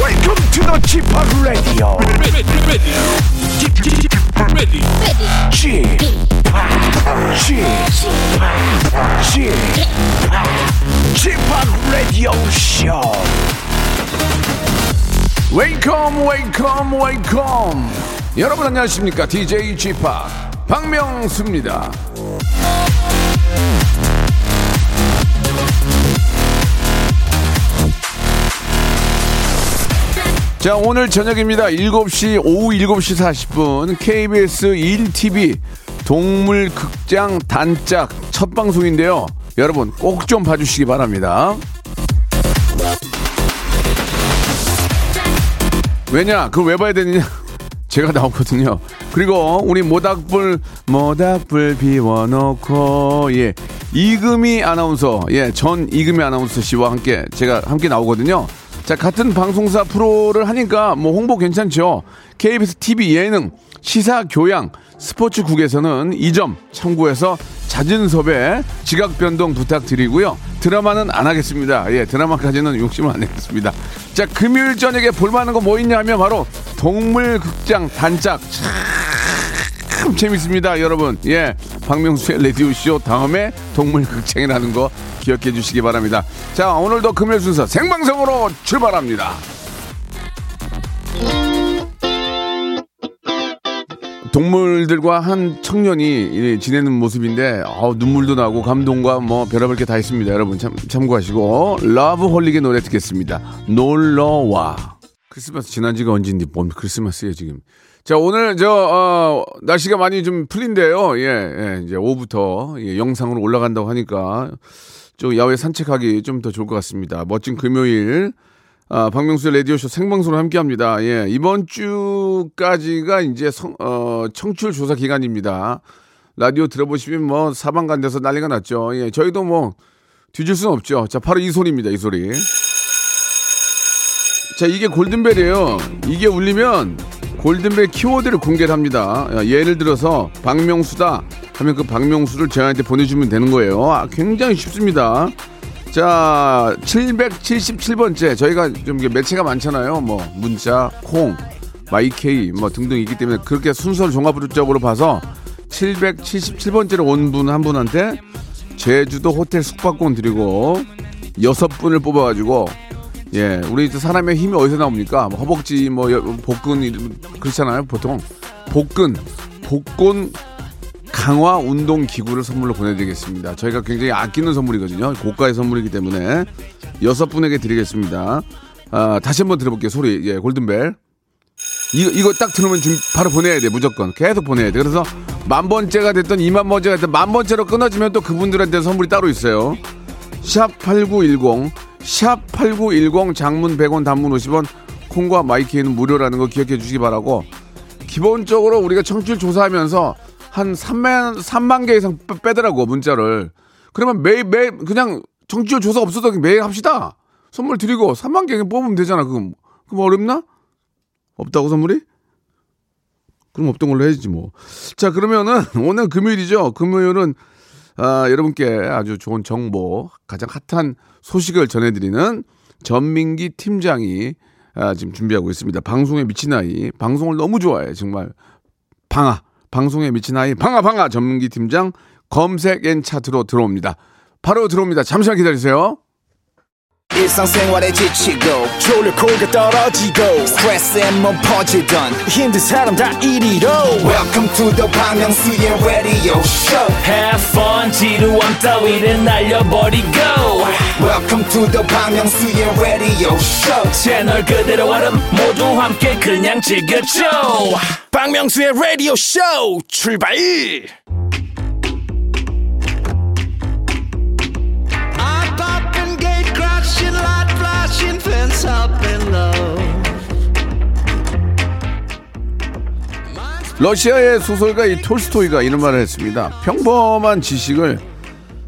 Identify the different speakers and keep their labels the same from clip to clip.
Speaker 1: Welcome to the g p o p Radio.
Speaker 2: ready, ready, ready,
Speaker 1: g p o p G-POP, G-POP Radio Show. Welcome, welcome, welcome. 여러분 안녕하십니까? DJ G-POP 박명수입니다. 자, 오늘 저녁입니다. 7시, 오후 7시 40분, KBS 1TV 동물극장 단짝 첫 방송인데요. 여러분, 꼭 좀 봐주시기 바랍니다. 왜냐? 그걸 왜 봐야 되느냐? 제가 나오거든요. 그리고 우리 모닥불 모닥불 비워놓고 예 이금희 아나운서 예 전 이금희 아나운서 씨와 함께 제가 함께 나오거든요. 자 같은 방송사 프로를 하니까 뭐 홍보 괜찮죠. KBS TV 예능 시사 교양 스포츠국에서는 이 점 참고해서 잦은 섭외 지각 변동 부탁드리고요. 드라마는 안 하겠습니다. 예, 드라마까지는 욕심을 안 내겠습니다. 자, 금요일 저녁에 볼만한 거 뭐 있냐면 바로 동물극장 단짝 참 재밌습니다, 여러분. 예, 박명수의 라디오 쇼 다음에 동물극장이라는 거 기억해 주시기 바랍니다. 자, 오늘도 금요일 순서 생방송으로 출발합니다. 동물들과 한 청년이 예, 지내는 모습인데 어, 눈물도 나고 감동과 뭐 별의별 게 다 있습니다. 여러분 참, 참고하시고 러브홀릭의 노래 듣겠습니다. 놀러와 크리스마스 지난 지가 언제인지 뭔 크리스마스예요 지금. 자 오늘 저 어, 날씨가 많이 좀 풀린데요. 예, 예, 이제 오후부터 예, 영상으로 올라간다고 하니까 좀 야외 산책하기 좀 더 좋을 것 같습니다. 멋진 금요일 아, 박명수의 라디오쇼 생방송으로 함께 합니다. 예, 이번 주까지가 이제 성- 어, 청출 조사 기간입니다. 라디오 들어보시면 뭐 사방간 데서 난리가 났죠. 예, 저희도 뭐 뒤질 수는 없죠. 자, 바로 이 소리입니다. 이 소리. 자, 이게 골든벨이에요. 이게 울리면 골든벨 키워드를 공개를 합니다. 야, 예를 들어서 박명수다 하면 그 박명수를 저희한테 보내주면 되는 거예요. 아, 굉장히 쉽습니다. 자, 777번째. 저희가 좀 이게 매체가 많잖아요. 뭐, 문자, 콩, 마이케이, 뭐, 등등 있기 때문에 그렇게 순서를 종합적으로 봐서 777번째로 온 분 한 분한테 제주도 호텔 숙박권 드리고 여섯 분을 뽑아가지고 예, 우리 또 사람의 힘이 어디서 나옵니까? 뭐 허벅지, 뭐, 여- 복근, 이런- 그렇잖아요. 보통. 복근, 복권 강화 운동 기구를 선물로 보내드리겠습니다. 저희가 굉장히 아끼는 선물이거든요. 고가의 선물이기 때문에 여섯 분에게 드리겠습니다. 아, 다시 한번 들어볼게요. 소리. 예, 골든벨. 이거, 이거 딱 들으면 지금 바로 보내야 돼. 무조건. 계속 보내야 돼. 그래서 만 번째가 됐든 이만 번째가 됐든 만 번째로 끊어지면 또 그분들한테 선물이 따로 있어요. 샵8910 샵8910 장문 100원 단문 50원 콩과 마이키는 무료라는 거 기억해 주시기 바라고 기본적으로 우리가 청취율 조사하면서 한 3만, 3만 개 이상 빼- 빼더라고 문자를 그러면 매일 매일 그냥 청취율 조사 없어도 매일 합시다 선물 드리고 3만 개 그냥 뽑으면 되잖아 그럼 그럼 어렵나? 없다고 선물이? 그럼 없던 걸로 해야지 뭐 자 그러면은 오늘 금요일이죠 금요일은 아, 여러분께 아주 좋은 정보, 가장 핫한 소식을 전해드리는 전민기 팀장이 아, 지금 준비하고 있습니다. 방송에 미친 아이, 방송을 너무 좋아해 정말 방아, 방송에 미친 아이, 방아 방아 전민기 팀장 검색 앤 차트로 들어옵니다. 바로 들어옵니다. 잠시만 기다리세요.
Speaker 3: 일상생활에 지치고, 졸려 코가 떨어지고, 스트레스에 몸 퍼지던, 힘든 사람 다 이리로. welcome to the Bang Myung-soo's radio show
Speaker 4: Have fun 지루함 따위를 날려버리고
Speaker 3: welcome to the Bang Myung-soo's radio show
Speaker 4: 채널 그대로 얼음 모두 함께 그냥 즐겨줘
Speaker 5: 박명수의 라디오 쇼 출발!
Speaker 6: Up, up and gate crashing, light flashing, fence up and low.
Speaker 1: 러시아의 소설가 이 톨스토이가 이런 말을 했습니다. 평범한 지식을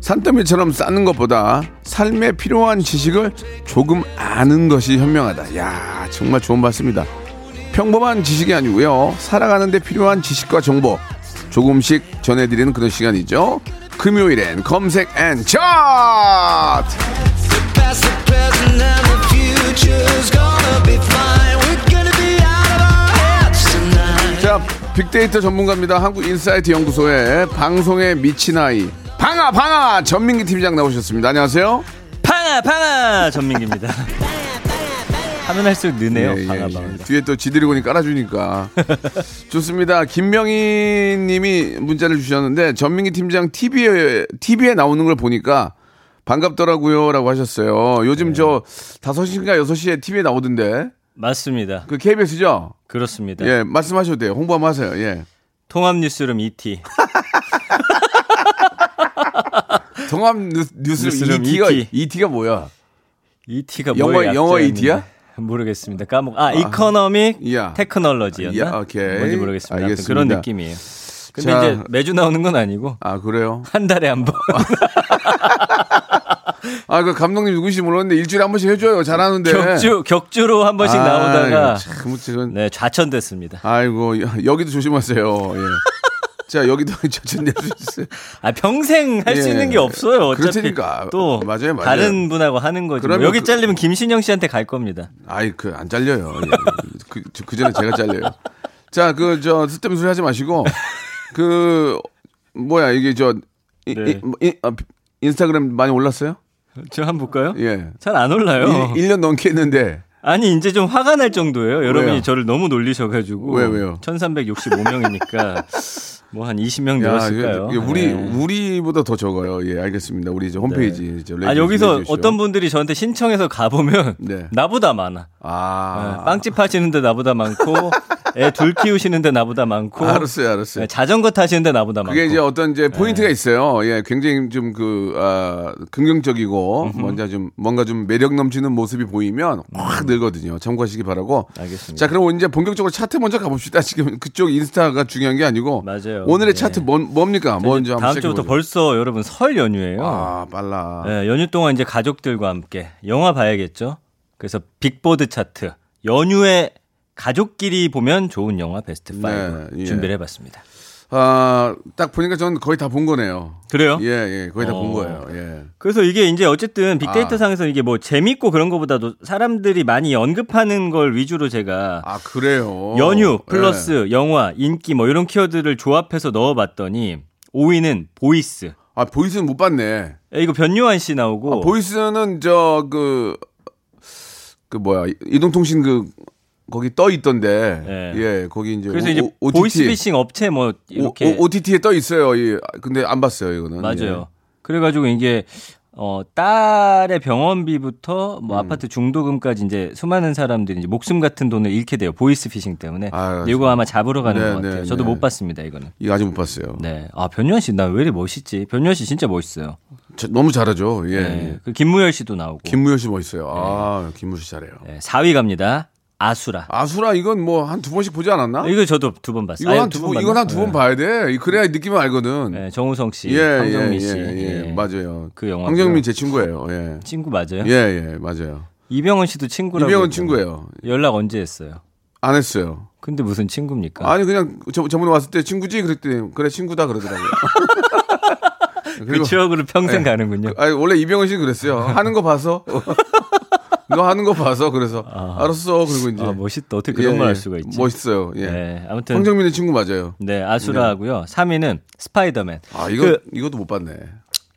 Speaker 1: 산더미처럼 쌓는 것보다 삶에 필요한 지식을 조금 아는 것이 현명하다. 야 정말 좋은 말씀입니다. 평범한 지식이 아니고요. 살아가는데 필요한 지식과 정보 조금씩 전해드리는 그런 시간이죠. 금요일엔 검색 앤 차트!
Speaker 6: Past the present and the future's gonna be fine.
Speaker 1: 빅데이터 전문가입니다. 한국인사이트 연구소의 방송에 미친 아이 방아 방아 전민기 팀장 나오셨습니다. 안녕하세요.
Speaker 7: 방아 방아 전민기입니다. 하면 할수록 느네요.
Speaker 1: 예, 예,
Speaker 7: 방아
Speaker 1: 예.
Speaker 7: 방아.
Speaker 1: 뒤에 또 지드래곤이 깔아주니까 좋습니다. 김명희님이 문자를 주셨는데 전민기 팀장 TV에 TV에 나오는 걸 보니까 반갑더라고요라고 하셨어요.
Speaker 7: 네.
Speaker 1: 요즘 저 5시인가 6시에 TV에 나오던데
Speaker 7: 맞습니다.
Speaker 1: 그 KBS죠?
Speaker 7: 그렇습니다.
Speaker 1: 예 말씀하셔도 돼요. 홍보 한번 하세요. 예
Speaker 7: 통합 뉴스룸 E ET.
Speaker 1: 통합 뉴스, 뉴스
Speaker 7: 뉴스룸
Speaker 1: ET가
Speaker 7: ET.
Speaker 1: ET가 뭐야?
Speaker 7: ET가
Speaker 1: 영어-
Speaker 7: 뭐예요?
Speaker 1: 영어 ET야?
Speaker 7: 모르겠습니다. 까먹. 아, 이코노믹
Speaker 1: 야.
Speaker 7: 테크놀로지였나?
Speaker 1: 야, 오케이.
Speaker 7: 뭔지 모르겠습니다. 아무튼
Speaker 1: 알겠습니다.
Speaker 7: 그런 느낌이에요. 근데
Speaker 1: 자.
Speaker 7: 이제 매주 나오는 건 아니고
Speaker 1: 아 그래요?
Speaker 7: 한 달에 한 번.
Speaker 1: 아 그 감독님 누구신지 모르는데 일주일에 한 번씩 해줘요. 잘하는데
Speaker 7: 격주 격주로 한 번씩 나오다가
Speaker 1: 네. 아유, 참 지금
Speaker 7: 네, 좌천됐습니다.
Speaker 1: 아이고 여- 여기도 조심하세요. 예. 자 여기도 저천낼 수 있어요.
Speaker 7: 아, 평생 할 수
Speaker 1: 예.
Speaker 7: 있는 게 없어요. 어차피
Speaker 1: 그렇다니까.
Speaker 7: 또
Speaker 1: 맞아요, 맞아요.
Speaker 7: 다른 분하고 하는 거지. 뭐
Speaker 1: 그러면
Speaker 7: 여기
Speaker 1: 그-
Speaker 7: 잘리면 김신영 씨한테 갈 겁니다.
Speaker 1: 아이 그 안 잘려요. 예. 그, 저- 그 전에 제가 잘려요. 자 그 저 쓸데없는 소리 하지 마시고 그 뭐야 이게 저 이,
Speaker 7: 네.
Speaker 1: 이- 이- 아, 인스타그램 많이 올랐어요?
Speaker 7: 저 한 번 볼까요?
Speaker 1: 예.
Speaker 7: 잘 안 올라요.
Speaker 1: 일 1년 넘게 했는데
Speaker 7: 아니 이제 좀 화가 날 정도예요. 여러분이
Speaker 1: 왜요?
Speaker 7: 저를 너무 놀리셔가지고
Speaker 1: 왜요, 왜요?
Speaker 7: 1,365명이니까 뭐 한 20명
Speaker 1: 야, 이게-
Speaker 7: 늘었을까요?
Speaker 1: 이게 우리
Speaker 7: 네.
Speaker 1: 우리보다 더 적어요. 예, 알겠습니다. 우리 이제 홈페이지 이제
Speaker 7: 아
Speaker 1: 레이디-
Speaker 7: 여기서
Speaker 1: 레이디쇼.
Speaker 7: 어떤 분들이 저한테 신청해서 가보면
Speaker 1: 네.
Speaker 7: 나보다 많아.
Speaker 1: 아,
Speaker 7: 네, 빵집 하시는데 나보다 많고 애 둘 키우시는데 나보다 많고
Speaker 1: 알았어요, 알았어요.
Speaker 7: 네, 자전거 타시는데 나보다 많고
Speaker 1: 그게 이제 어떤 이제 포인트가 있어요. 예, 굉장히 좀 그 아, 긍정적이고 뭔가 좀 뭔가 좀 매력 넘치는 모습이 보이면 확 늘거든요. 참고하시기 바라고.
Speaker 7: 음. 알겠습니다.
Speaker 1: 자, 그럼 이제 본격적으로 차트 먼저 가봅시다. 지금 그쪽 인스타가 중요한 게 아니고
Speaker 7: 맞아요.
Speaker 1: 오늘의
Speaker 7: 예.
Speaker 1: 차트 뭔, 뭡니까? 먼저 한번
Speaker 7: 다음
Speaker 1: 시작해
Speaker 7: 주부터
Speaker 1: 보죠.
Speaker 7: 벌써 여러분 설 연휴예요.
Speaker 1: 아, 빨라.
Speaker 7: 예, 연휴 동안 이제 가족들과 함께 영화 봐야겠죠. 그래서 빅보드 차트 연휴에 가족끼리 보면 좋은 영화 베스트 5
Speaker 1: 네, 예.
Speaker 7: 준비를 해봤습니다.
Speaker 1: 아, 딱 보니까 저는 거의 다 본 거네요.
Speaker 7: 그래요?
Speaker 1: 예, 예. 거의 다 본
Speaker 7: 어.
Speaker 1: 거예요. 예.
Speaker 7: 그래서 이게 이제 어쨌든 빅데이터
Speaker 1: 아.
Speaker 7: 상에서 이게 뭐 재밌고 그런 것보다도 사람들이 많이 언급하는 걸 위주로 제가
Speaker 1: 아, 그래요.
Speaker 7: 연휴
Speaker 1: 예.
Speaker 7: 플러스 영화 인기 뭐 이런 키워드를 조합해서 넣어봤더니 5위는 보이스.
Speaker 1: 아, 보이스는 못 봤네.
Speaker 7: 예, 이거 변요한 씨 나오고
Speaker 1: 아, 보이스는 저 그 그 뭐야 이동통신 그 거기 떠 있던데
Speaker 7: 예.
Speaker 1: 예 거기 이제
Speaker 7: 그래서
Speaker 1: 오-
Speaker 7: 이제
Speaker 1: 오- OTT.
Speaker 7: 보이스피싱 업체 뭐 이렇게
Speaker 1: 오, t t 에떠 있어요. 예. 근데 안 봤어요 이거는 예.
Speaker 7: 맞아요. 그래가지고 이게 어 딸의 병원비부터
Speaker 1: 음.
Speaker 7: 뭐 아파트 중도금까지 이제 수많은 사람들이 이제 목숨 같은 돈을 잃게 돼요 보이스 피싱 때문에.
Speaker 1: 아유,
Speaker 7: 근데 이거 아마 잡으러 가는
Speaker 1: 네,
Speaker 7: 것 같아요.
Speaker 1: 네,
Speaker 7: 저도
Speaker 1: 네.
Speaker 7: 못 봤습니다 이거는.
Speaker 1: 예. 이거 아직 못 봤어요.
Speaker 7: 네. 아 변요한 씨나 왜 이리 멋있지? 변요한 씨 진짜 멋있어요.
Speaker 1: 저- 너무 잘하죠. 예.
Speaker 7: 네. 그 김무열 씨도 나오고.
Speaker 1: 김무열 씨 멋있어요. 아 김무열 씨 잘해요.
Speaker 7: 네, 4위 갑니다. 아수라.
Speaker 1: 아수라 이건 뭐 한 두 번씩 보지 않았나?
Speaker 7: 이거 저도 두 번 봤어요.
Speaker 1: 아? 이건 한두 번, 이건 한 두 번 봐야 돼. 이- 그래야 느낌을 알거든.
Speaker 7: 네, 정우성 씨,
Speaker 1: 예,
Speaker 7: 황정민
Speaker 1: 예,
Speaker 7: 씨.
Speaker 1: 예, 예.
Speaker 7: 예.
Speaker 1: 맞아요.
Speaker 7: 그 영화.
Speaker 1: 황정민 제 친구예요. 예.
Speaker 7: 친구 맞아요?
Speaker 1: 예, 예, 맞아요.
Speaker 7: 이병헌 씨도 친구라고.
Speaker 1: 이병헌
Speaker 7: 그러잖아요.
Speaker 1: 친구예요.
Speaker 7: 연락 언제 했어요?
Speaker 1: 안 했어요.
Speaker 7: 근데 무슨 친구입니까?
Speaker 1: 아니 그냥 저, 저번에 왔을 때 친구지 그랬더니 그래 친구다 그러더라고요.
Speaker 7: 그
Speaker 1: 그리고 예. 그
Speaker 7: 추억으로 평생 가는군요.
Speaker 1: 아니, 원래 이병헌 씨는 그랬어요. 하는 거 봐서 너 하는 거 봐서 그래서 알았어 그리고 이제
Speaker 7: 아, 멋있다. 어떻게 그런
Speaker 1: 예,
Speaker 7: 말
Speaker 1: 예.
Speaker 7: 할 수가 있지?
Speaker 1: 멋있어요. 예.
Speaker 7: 네, 아무튼
Speaker 1: 황정민의 친구 맞아요.
Speaker 7: 네, 아수라하고요. 3위는 스파이더맨.
Speaker 1: 아 이거
Speaker 7: 그
Speaker 1: 이것도 못 봤네.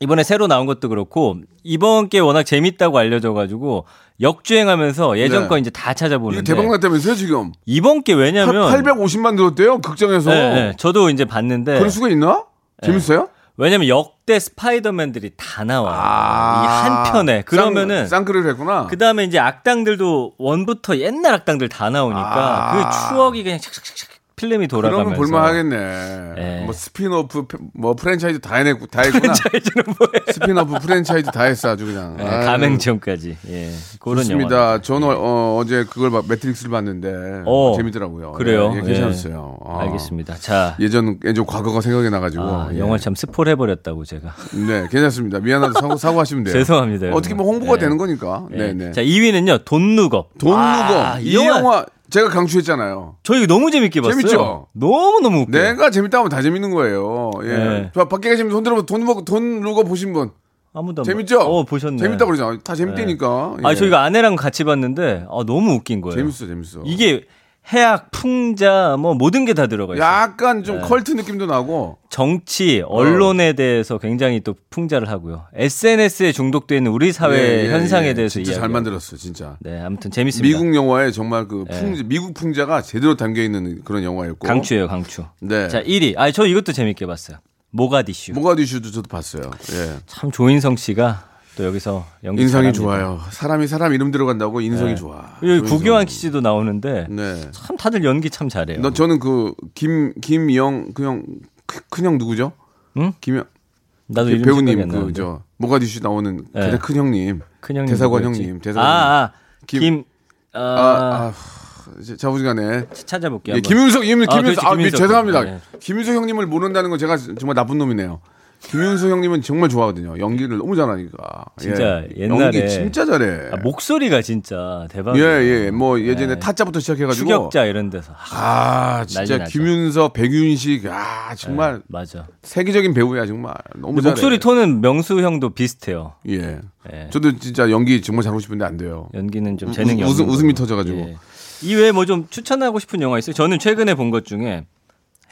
Speaker 7: 이번에 새로 나온 것도 그렇고 이번 게 워낙 재밌다고 알려져 가지고 역주행하면서 예전
Speaker 1: 네.
Speaker 7: 거 이제 다
Speaker 1: 이거
Speaker 7: 찾아보는데
Speaker 1: 대박 났다면서요 지금
Speaker 7: 이번 게 왜냐면
Speaker 1: 850만 들었대요 극장에서.
Speaker 7: 네, 네, 저도 이제 봤는데
Speaker 1: 그럴 수가 있나? 재밌어요?
Speaker 7: 왜냐면 역대 스파이더맨들이 다 나와요.
Speaker 1: 아.
Speaker 7: 이 한 편에 그러면은
Speaker 1: 쌍, 쌍끌을 했구나.
Speaker 7: 그 다음에 이제 악당들도 원부터 옛날 악당들 다
Speaker 1: 아.
Speaker 7: 나오니까 그 추억이 그냥 착착착착 필름이
Speaker 1: 그러면
Speaker 7: 돌아가면서
Speaker 1: 볼만하겠네.
Speaker 7: 예.
Speaker 1: 뭐 스피노프 뭐 프랜차이즈 다 해냈고 다 했구나.
Speaker 7: 알지는 뭐예요.
Speaker 1: 스피너프 프랜차이즈 다 했어 아주 그냥.
Speaker 7: 네,
Speaker 1: 아유,
Speaker 7: 가맹점까지. 예. 그런 영화.
Speaker 1: 좋습니다. 저는 어, 어제 그걸 막 매트릭스를 봤는데
Speaker 7: 어,
Speaker 1: 재밌더라고요.
Speaker 7: 그래요?
Speaker 1: 예, 예,
Speaker 7: 예.
Speaker 1: 괜찮았어요. 아,
Speaker 7: 알겠습니다. 자,
Speaker 1: 예전 예전 과거가 생각이 나가지고
Speaker 7: 아,
Speaker 1: 예.
Speaker 7: 영화 참 스포를 해버렸다고 제가.
Speaker 1: 네 괜찮습니다. 미안하다 사고 사고하시면 돼요.
Speaker 7: 죄송합니다, 여러분.
Speaker 1: 어떻게 뭐 홍보가
Speaker 7: 네.
Speaker 1: 되는 거니까.
Speaker 7: 예.
Speaker 1: 네네.
Speaker 7: 자, 2위는요, 돈누겁.
Speaker 1: 돈누고
Speaker 7: 아,
Speaker 1: 이 영화, 제가 강추했잖아요.
Speaker 7: 저 이거 너무 재밌게 봤어요.
Speaker 1: 재밌죠? 네.
Speaker 7: 너무너무 웃겨.
Speaker 1: 내가 재밌다 하면 다 재밌는 거예요. 예.
Speaker 7: 네.
Speaker 1: 저 밖에 계시면 손 들어보고 돈 누고 돈 누고 보신 분
Speaker 7: 아무도 안
Speaker 1: 재밌죠?
Speaker 7: 봤- 어, 보셨네.
Speaker 1: 재밌다 그러잖아. 다 재밌다니까.
Speaker 7: 아,
Speaker 1: 예.
Speaker 7: 저희가 아내랑 같이 봤는데, 아, 너무 웃긴 거예요.
Speaker 1: 재밌어 재밌어.
Speaker 7: 이게 해악, 풍자 뭐 모든 게 다 들어가 있어요.
Speaker 1: 약간
Speaker 7: 네.
Speaker 1: 좀 컬트 느낌도 나고 어.
Speaker 7: 정치, 언론에 대해서 굉장히 또 풍자를 하고요. SNS에 중독돼 있는 우리 사회
Speaker 1: 예, 예,
Speaker 7: 현상에
Speaker 1: 예.
Speaker 7: 대해서
Speaker 1: 진짜
Speaker 7: 이야기.
Speaker 1: 잘 만들었어 진짜.
Speaker 7: 네, 아무튼 재밌습니다.
Speaker 1: 미국 영화에 정말 그 풍자, 미국 풍자가 제대로 담겨 있는 그런 영화였고.
Speaker 7: 네. 강추예요, 강추.
Speaker 1: 네.
Speaker 7: 자, 1위. 아, 저 이것도 재밌게 봤어요. 모가디슈.
Speaker 1: 모가디슈도 저도 봤어요. 예.
Speaker 7: 참 조인성 씨가 또 여기서 연기
Speaker 1: 인상이
Speaker 7: 잘합니다.
Speaker 1: 좋아요. 사람이 사람 이름 들어간다고 인성이 좋아.
Speaker 7: 여기
Speaker 1: 조인성.
Speaker 7: 뭐. 네. 구교환 씨도 나오는데
Speaker 1: 네.
Speaker 7: 참 다들 연기 참 잘해요.
Speaker 1: 너 저는 그 김 김영 그형 큰형 누구죠?
Speaker 7: 응?
Speaker 1: 김영
Speaker 7: 나도
Speaker 1: 그
Speaker 7: 이름
Speaker 1: 배우님
Speaker 7: 생각이 안 나는데.
Speaker 1: 그저 모가디슈 나오는
Speaker 7: 네.
Speaker 1: 가장 큰 형님.
Speaker 7: 큰 형님
Speaker 1: 대사관
Speaker 7: 누구였지?
Speaker 1: 형님, 대사관
Speaker 7: 아, 아
Speaker 1: 김-
Speaker 7: 김, 아,
Speaker 1: 아, 아, 후, 이제 자부지간에
Speaker 7: 찾아볼게요.
Speaker 1: 예,
Speaker 7: 한번.
Speaker 1: 김윤석, 님,
Speaker 7: 아,
Speaker 1: 김윤석,
Speaker 7: 그렇지,
Speaker 1: 아, 미-
Speaker 7: 김윤석.
Speaker 1: 죄송합니다.
Speaker 7: 네.
Speaker 1: 김윤석 형님을 모른다는 건 제가 정말 나쁜 놈이네요. 김윤석 형님은 정말 좋아하거든요. 연기를 너무 잘하니까. 예.
Speaker 7: 진짜 옛날에
Speaker 1: 연기 진짜 잘해.
Speaker 7: 아, 목소리가 진짜 대박.
Speaker 1: 예,
Speaker 7: 이에요
Speaker 1: 예. 뭐 예전에 타짜부터 시작해가지고.
Speaker 7: 추격자 이런 데서 아,
Speaker 1: 아, 진짜
Speaker 7: 난리 나죠.
Speaker 1: 김윤석, 백윤식, 아, 정말
Speaker 7: 맞아.
Speaker 1: 세계적인 배우야, 정말. 너무
Speaker 7: 근데
Speaker 1: 잘해.
Speaker 7: 목소리 톤은 명수 형도 비슷해요.
Speaker 1: 예.
Speaker 7: 예.
Speaker 1: 저도 진짜 연기 정말 잘하고 싶은데 안 돼요.
Speaker 7: 연기는 좀
Speaker 1: 웃-
Speaker 7: 재능이
Speaker 1: 웃음-
Speaker 7: 없는
Speaker 1: 웃음이
Speaker 7: 걸로.
Speaker 1: 터져가지고.
Speaker 7: 이외에 뭐 좀 추천하고 싶은 영화 있어요? 저는 최근에 본 것 중에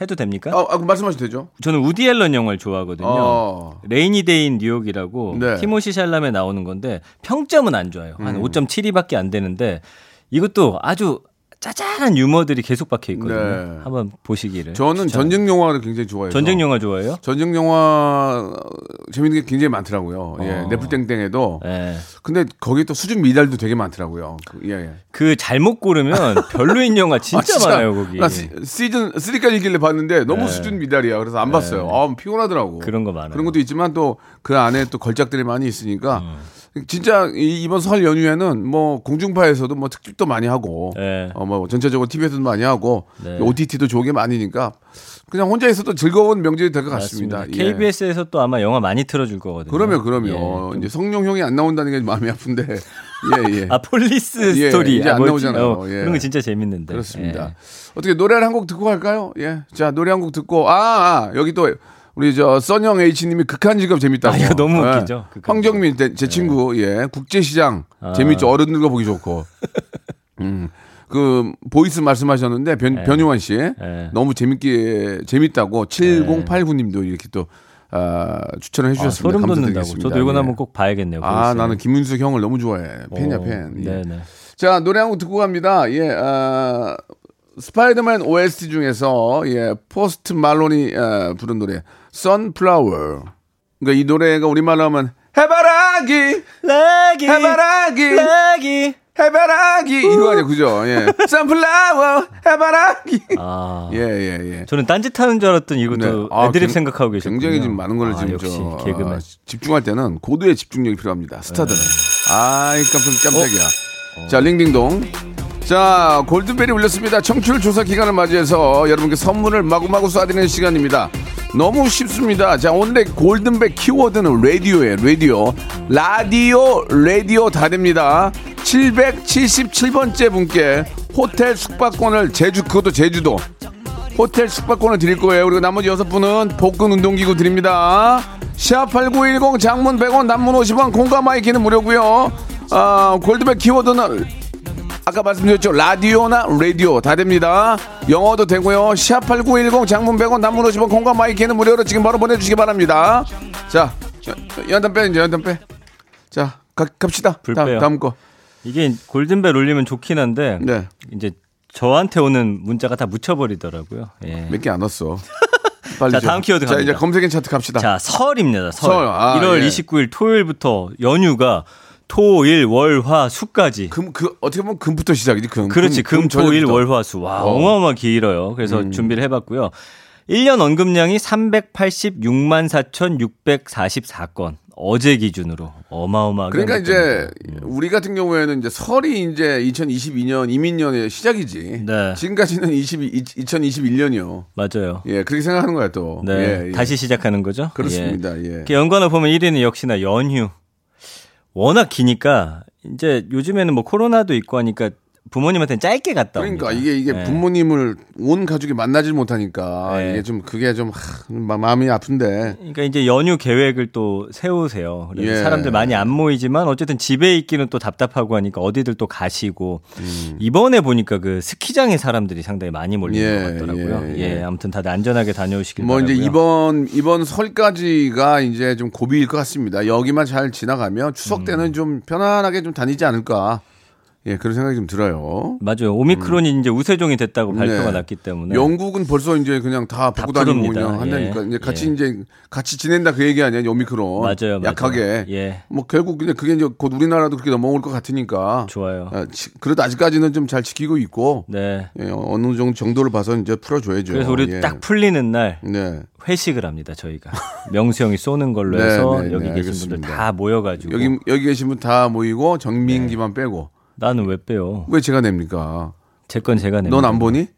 Speaker 7: 해도 됩니까?
Speaker 1: 아, 아, 그럼 말씀하셔도 되죠.
Speaker 7: 저는 우디 앨런 영화를 좋아하거든요.
Speaker 1: 어.
Speaker 7: 레이니 데인 뉴욕이라고
Speaker 1: 네. 음.
Speaker 7: 티모시 샬람에 나오는 건데 평점은 안 좋아요. 한 5.72밖에 안 되는데 이것도 아주 짜잘한 유머들이 계속 박혀 있거든요.
Speaker 1: 네.
Speaker 7: 한번 보시기를.
Speaker 1: 저는
Speaker 7: 추천합니다.
Speaker 1: 전쟁 영화를 굉장히 좋아해요.
Speaker 7: 전쟁 영화 좋아해요?
Speaker 1: 전쟁 영화 어, 재밌는 게 굉장히 많더라고요. 예,
Speaker 7: 어.
Speaker 1: 네플땡땡에도.
Speaker 7: 예.
Speaker 1: 근데 거기 또 수준 미달도 되게 많더라고요. 그, 예, 예.
Speaker 7: 그 잘못 고르면 별로인 영화 진짜,
Speaker 1: 아,
Speaker 7: 많아요, 거기.
Speaker 1: 나 시, 즌 3까지 있길래 봤는데 너무
Speaker 7: 네.
Speaker 1: 수준 미달이야. 그래서 안 봤어요. 아, 피곤하더라고.
Speaker 7: 그런 거 많아요.
Speaker 1: 그런 것도 있지만 또 그 안에 또 걸작들이 많이 있으니까
Speaker 7: 음.
Speaker 1: 진짜 이, 이번 설 연휴에는 뭐 공중파에서도 뭐 특집도 많이 하고
Speaker 7: 네.
Speaker 1: 어, 뭐 전체적으로 TV에서도 많이 하고
Speaker 7: 네.
Speaker 1: OTT도 좋은 게 많으니까 그냥 혼자 있어도 즐거운 명절이 될 것 같습니다.
Speaker 7: 맞습니다.
Speaker 1: 예.
Speaker 7: KBS에서 또 아마 영화 많이 틀어줄 거거든요.
Speaker 1: 그러면 그러면
Speaker 7: 예.
Speaker 1: 요 이제 성룡형이 안 나온다는 게 마음이 아픈데 예 예.
Speaker 7: 아 폴리스
Speaker 1: 예,
Speaker 7: 스토리
Speaker 1: 이제
Speaker 7: 아,
Speaker 1: 안
Speaker 7: 뭐였지?
Speaker 1: 나오잖아요.
Speaker 7: 어,
Speaker 1: 예.
Speaker 7: 그런 거 진짜 재밌는데.
Speaker 1: 그렇습니다.
Speaker 7: 예.
Speaker 1: 어떻게 노래를 한 곡 듣고 갈까요? 예. 자, 노래 한 곡 듣고 아, 아, 여기 또 우리 저 선영 H 님이 극한 직업 재밌다고. 예.
Speaker 7: 아, 이거 너무 웃기죠? 극한
Speaker 1: 황정민 때- 제 친구. 예. 국제 시장
Speaker 7: 아.
Speaker 1: 재밌죠. 어른들과 보기 좋고. 음. 그 보이스 말씀하셨는데 변,
Speaker 7: 예.
Speaker 1: 변유원 씨 너무 재밌게 재밌다고 7089 님도 이렇게 또 아, 추천을 해
Speaker 7: 아,
Speaker 1: 주셨습니다.
Speaker 7: 소름 돋는다고.
Speaker 1: 감사드리겠습니다.
Speaker 7: 저도 이건
Speaker 1: 예.
Speaker 7: 한번 꼭 봐야겠네요.
Speaker 1: 아,
Speaker 7: 거기서.
Speaker 1: 나는 김윤수 형을 너무 좋아해. 팬이야,
Speaker 7: 어,
Speaker 1: 팬. 예.
Speaker 7: 네네.
Speaker 1: 자 노래 한 곡 듣고 갑니다. 예, 아, 스파이더맨 OST 중에서 예 포스트 말론이 아, 부른 노래 Sunflower. 그러니까 이 노래가 우리말로 하면 해바라기,
Speaker 7: 락이
Speaker 1: 해바라기,
Speaker 7: 락이.
Speaker 1: 해바라기 이거 아니야 그죠? 예, Sunflower 해바라기.
Speaker 7: 아.
Speaker 1: 예, 예, 예.
Speaker 7: 저는 딴짓하는 줄 알았더니 이것도
Speaker 1: 네. 아,
Speaker 7: 애드립
Speaker 1: 굉-
Speaker 7: 생각하고 계셨군요.
Speaker 1: 굉장히 지금 많은 걸
Speaker 7: 아,
Speaker 1: 지금
Speaker 7: 역시
Speaker 1: 저,
Speaker 7: 개그맨.
Speaker 1: 아, 집중할 때는 고도의 집중력이 필요합니다. 스타들은.
Speaker 7: 네.
Speaker 1: 아이 깜짝 깜짝이야.
Speaker 7: 어?
Speaker 1: 자 링딩동. 자 골든벨이 울렸습니다. 청취율 조사 기간을 맞이해서 여러분께 선물을 마구마구 쏴드리는 시간입니다. 너무 쉽습니다. 자 오늘의 골든벨 키워드는 라디오예요. 라디오. 라디오 라디오 다 됩니다. 777번째 분께 호텔 숙박권을 제주 그것도 제주도 호텔 숙박권을 드릴 거예요. 그리고 나머지 여섯 분은 복근 운동기구 드립니다. 샵8910 장문 100원 단문 50원 공감 마이키는 무료고요. 아, 골드백 키워드는 아까 말씀드렸죠. 라디오나 라디오 다 됩니다. 영어도 되고요. 샵8910 장문 100원 단문 50원 공감 마이키는 무료로 지금 바로 보내주시기 바랍니다. 자, 연탄 빼 이제 연탄 빼. 자, 가, 갑시다.
Speaker 7: 불
Speaker 1: 다음,
Speaker 7: 빼요.
Speaker 1: 다음 거.
Speaker 7: 이게 골든벨 울리면 좋긴 한데
Speaker 1: 네.
Speaker 7: 이제 저한테 오는 문자가 다 묻혀버리더라고요. 예.
Speaker 1: 몇 개 안 왔어. 빨리
Speaker 7: 자,
Speaker 1: 좀.
Speaker 7: 다음 키워드
Speaker 1: 자, 이제
Speaker 7: 갑니다.
Speaker 1: 검색엔 차트 갑시다.
Speaker 7: 자, 설입니다. 설.
Speaker 1: 설, 아,
Speaker 7: 1월
Speaker 1: 예.
Speaker 7: 29일 토요일부터 연휴가 토, 일, 월, 화, 수까지.
Speaker 1: 금, 그, 어떻게 보면 금부터 시작이지, 금.
Speaker 7: 그렇지. 금, 토, 일,
Speaker 1: 저녁부터.
Speaker 7: 월, 화, 수. 와,
Speaker 1: 어. 음.
Speaker 7: 어마어마 길어요. 그래서 준비를 해봤고요. 1년 언급량이 386만 4,644건. 어제 기준으로 어마어마하게.
Speaker 1: 그러니까 이제
Speaker 7: 언급됩니다.
Speaker 1: 우리 같은 경우에는 이제 설이 이제 2022년 이민년의 시작이지.
Speaker 7: 네.
Speaker 1: 지금까지는 20, 2021년이요.
Speaker 7: 맞아요.
Speaker 1: 예, 그렇게 생각하는 거야 또.
Speaker 7: 네.
Speaker 1: 예, 예.
Speaker 7: 다시 시작하는 거죠?
Speaker 1: 그렇습니다. 예.
Speaker 7: 이렇게 연관을 보면 1위는 역시나 연휴. 워낙 기니까 이제 요즘에는 뭐 코로나도 있고 하니까 부모님한테는 짧게 갔다 옵니다.
Speaker 1: 그러니까 이게 이게
Speaker 7: 예.
Speaker 1: 부모님을 온 가족이 만나질 못하니까
Speaker 7: 네.
Speaker 1: 이게 좀 그게 좀 하, 마- 마음이 아픈데
Speaker 7: 그러니까 이제 연휴 계획을 또 세우세요. 그래서
Speaker 1: 예.
Speaker 7: 사람들 많이 안 모이지만 어쨌든 집에 있기는 또 답답하고 하니까 어디들 또 가시고 이번에 보니까 그 스키장에 사람들이 상당히 많이 몰리는
Speaker 1: 음. 예,
Speaker 7: 것 같더라고요.
Speaker 1: 예,
Speaker 7: 예,
Speaker 1: 예.
Speaker 7: 아무튼 다들 안전하게 다녀오시길
Speaker 1: 뭐
Speaker 7: 바라고요.
Speaker 1: 이제 이번 이번 설까지가 이제 좀 고비일 것 같습니다. 여기만 잘 지나가면
Speaker 7: 음.
Speaker 1: 추석 때는 좀 편안하게 좀 다니지 않을까 예 그런 생각이 좀 들어요.
Speaker 7: 맞아요. 오미크론이 이제 우세종이 됐다고
Speaker 1: 음.
Speaker 7: 발표가
Speaker 1: 네.
Speaker 7: 났기 때문에
Speaker 1: 영국은 벌써 이제 그냥 다 벗고
Speaker 7: 다
Speaker 1: 다니고
Speaker 7: 푸릅니다.
Speaker 1: 그냥 한다니까
Speaker 7: 예.
Speaker 1: 이제 같이
Speaker 7: 예.
Speaker 1: 이제 같이 지낸다 그 얘기 아니야 오미크론
Speaker 7: 맞아요, 맞아요.
Speaker 1: 약하게
Speaker 7: 예.
Speaker 1: 뭐 결국 근데 그게 이제 곧 우리나라도 그렇게 넘어올 것 같으니까
Speaker 7: 좋아요.
Speaker 1: 아, 지- 그래도 아직까지는 좀 잘 지키고 있고
Speaker 7: 네.
Speaker 1: 예, 어느 정도 정도를 봐서 이제 풀어줘야죠.
Speaker 7: 그래서 우리
Speaker 1: 예.
Speaker 7: 딱 풀리는 날
Speaker 1: 네.
Speaker 7: 회식을 합니다. 저희가 명수 형이 쏘는 걸로
Speaker 1: 네,
Speaker 7: 해서
Speaker 1: 네, 네,
Speaker 7: 여기 계신 분들
Speaker 1: 알겠습니다.
Speaker 7: 다 모여가지고
Speaker 1: 여기 여기 계신 분 다 모이고
Speaker 7: 네.
Speaker 1: 정민기만 빼고
Speaker 7: 나는 왜 빼요?
Speaker 1: 왜 제가 냅니까?
Speaker 7: 제 건 제가 내.
Speaker 1: 넌 안 보니?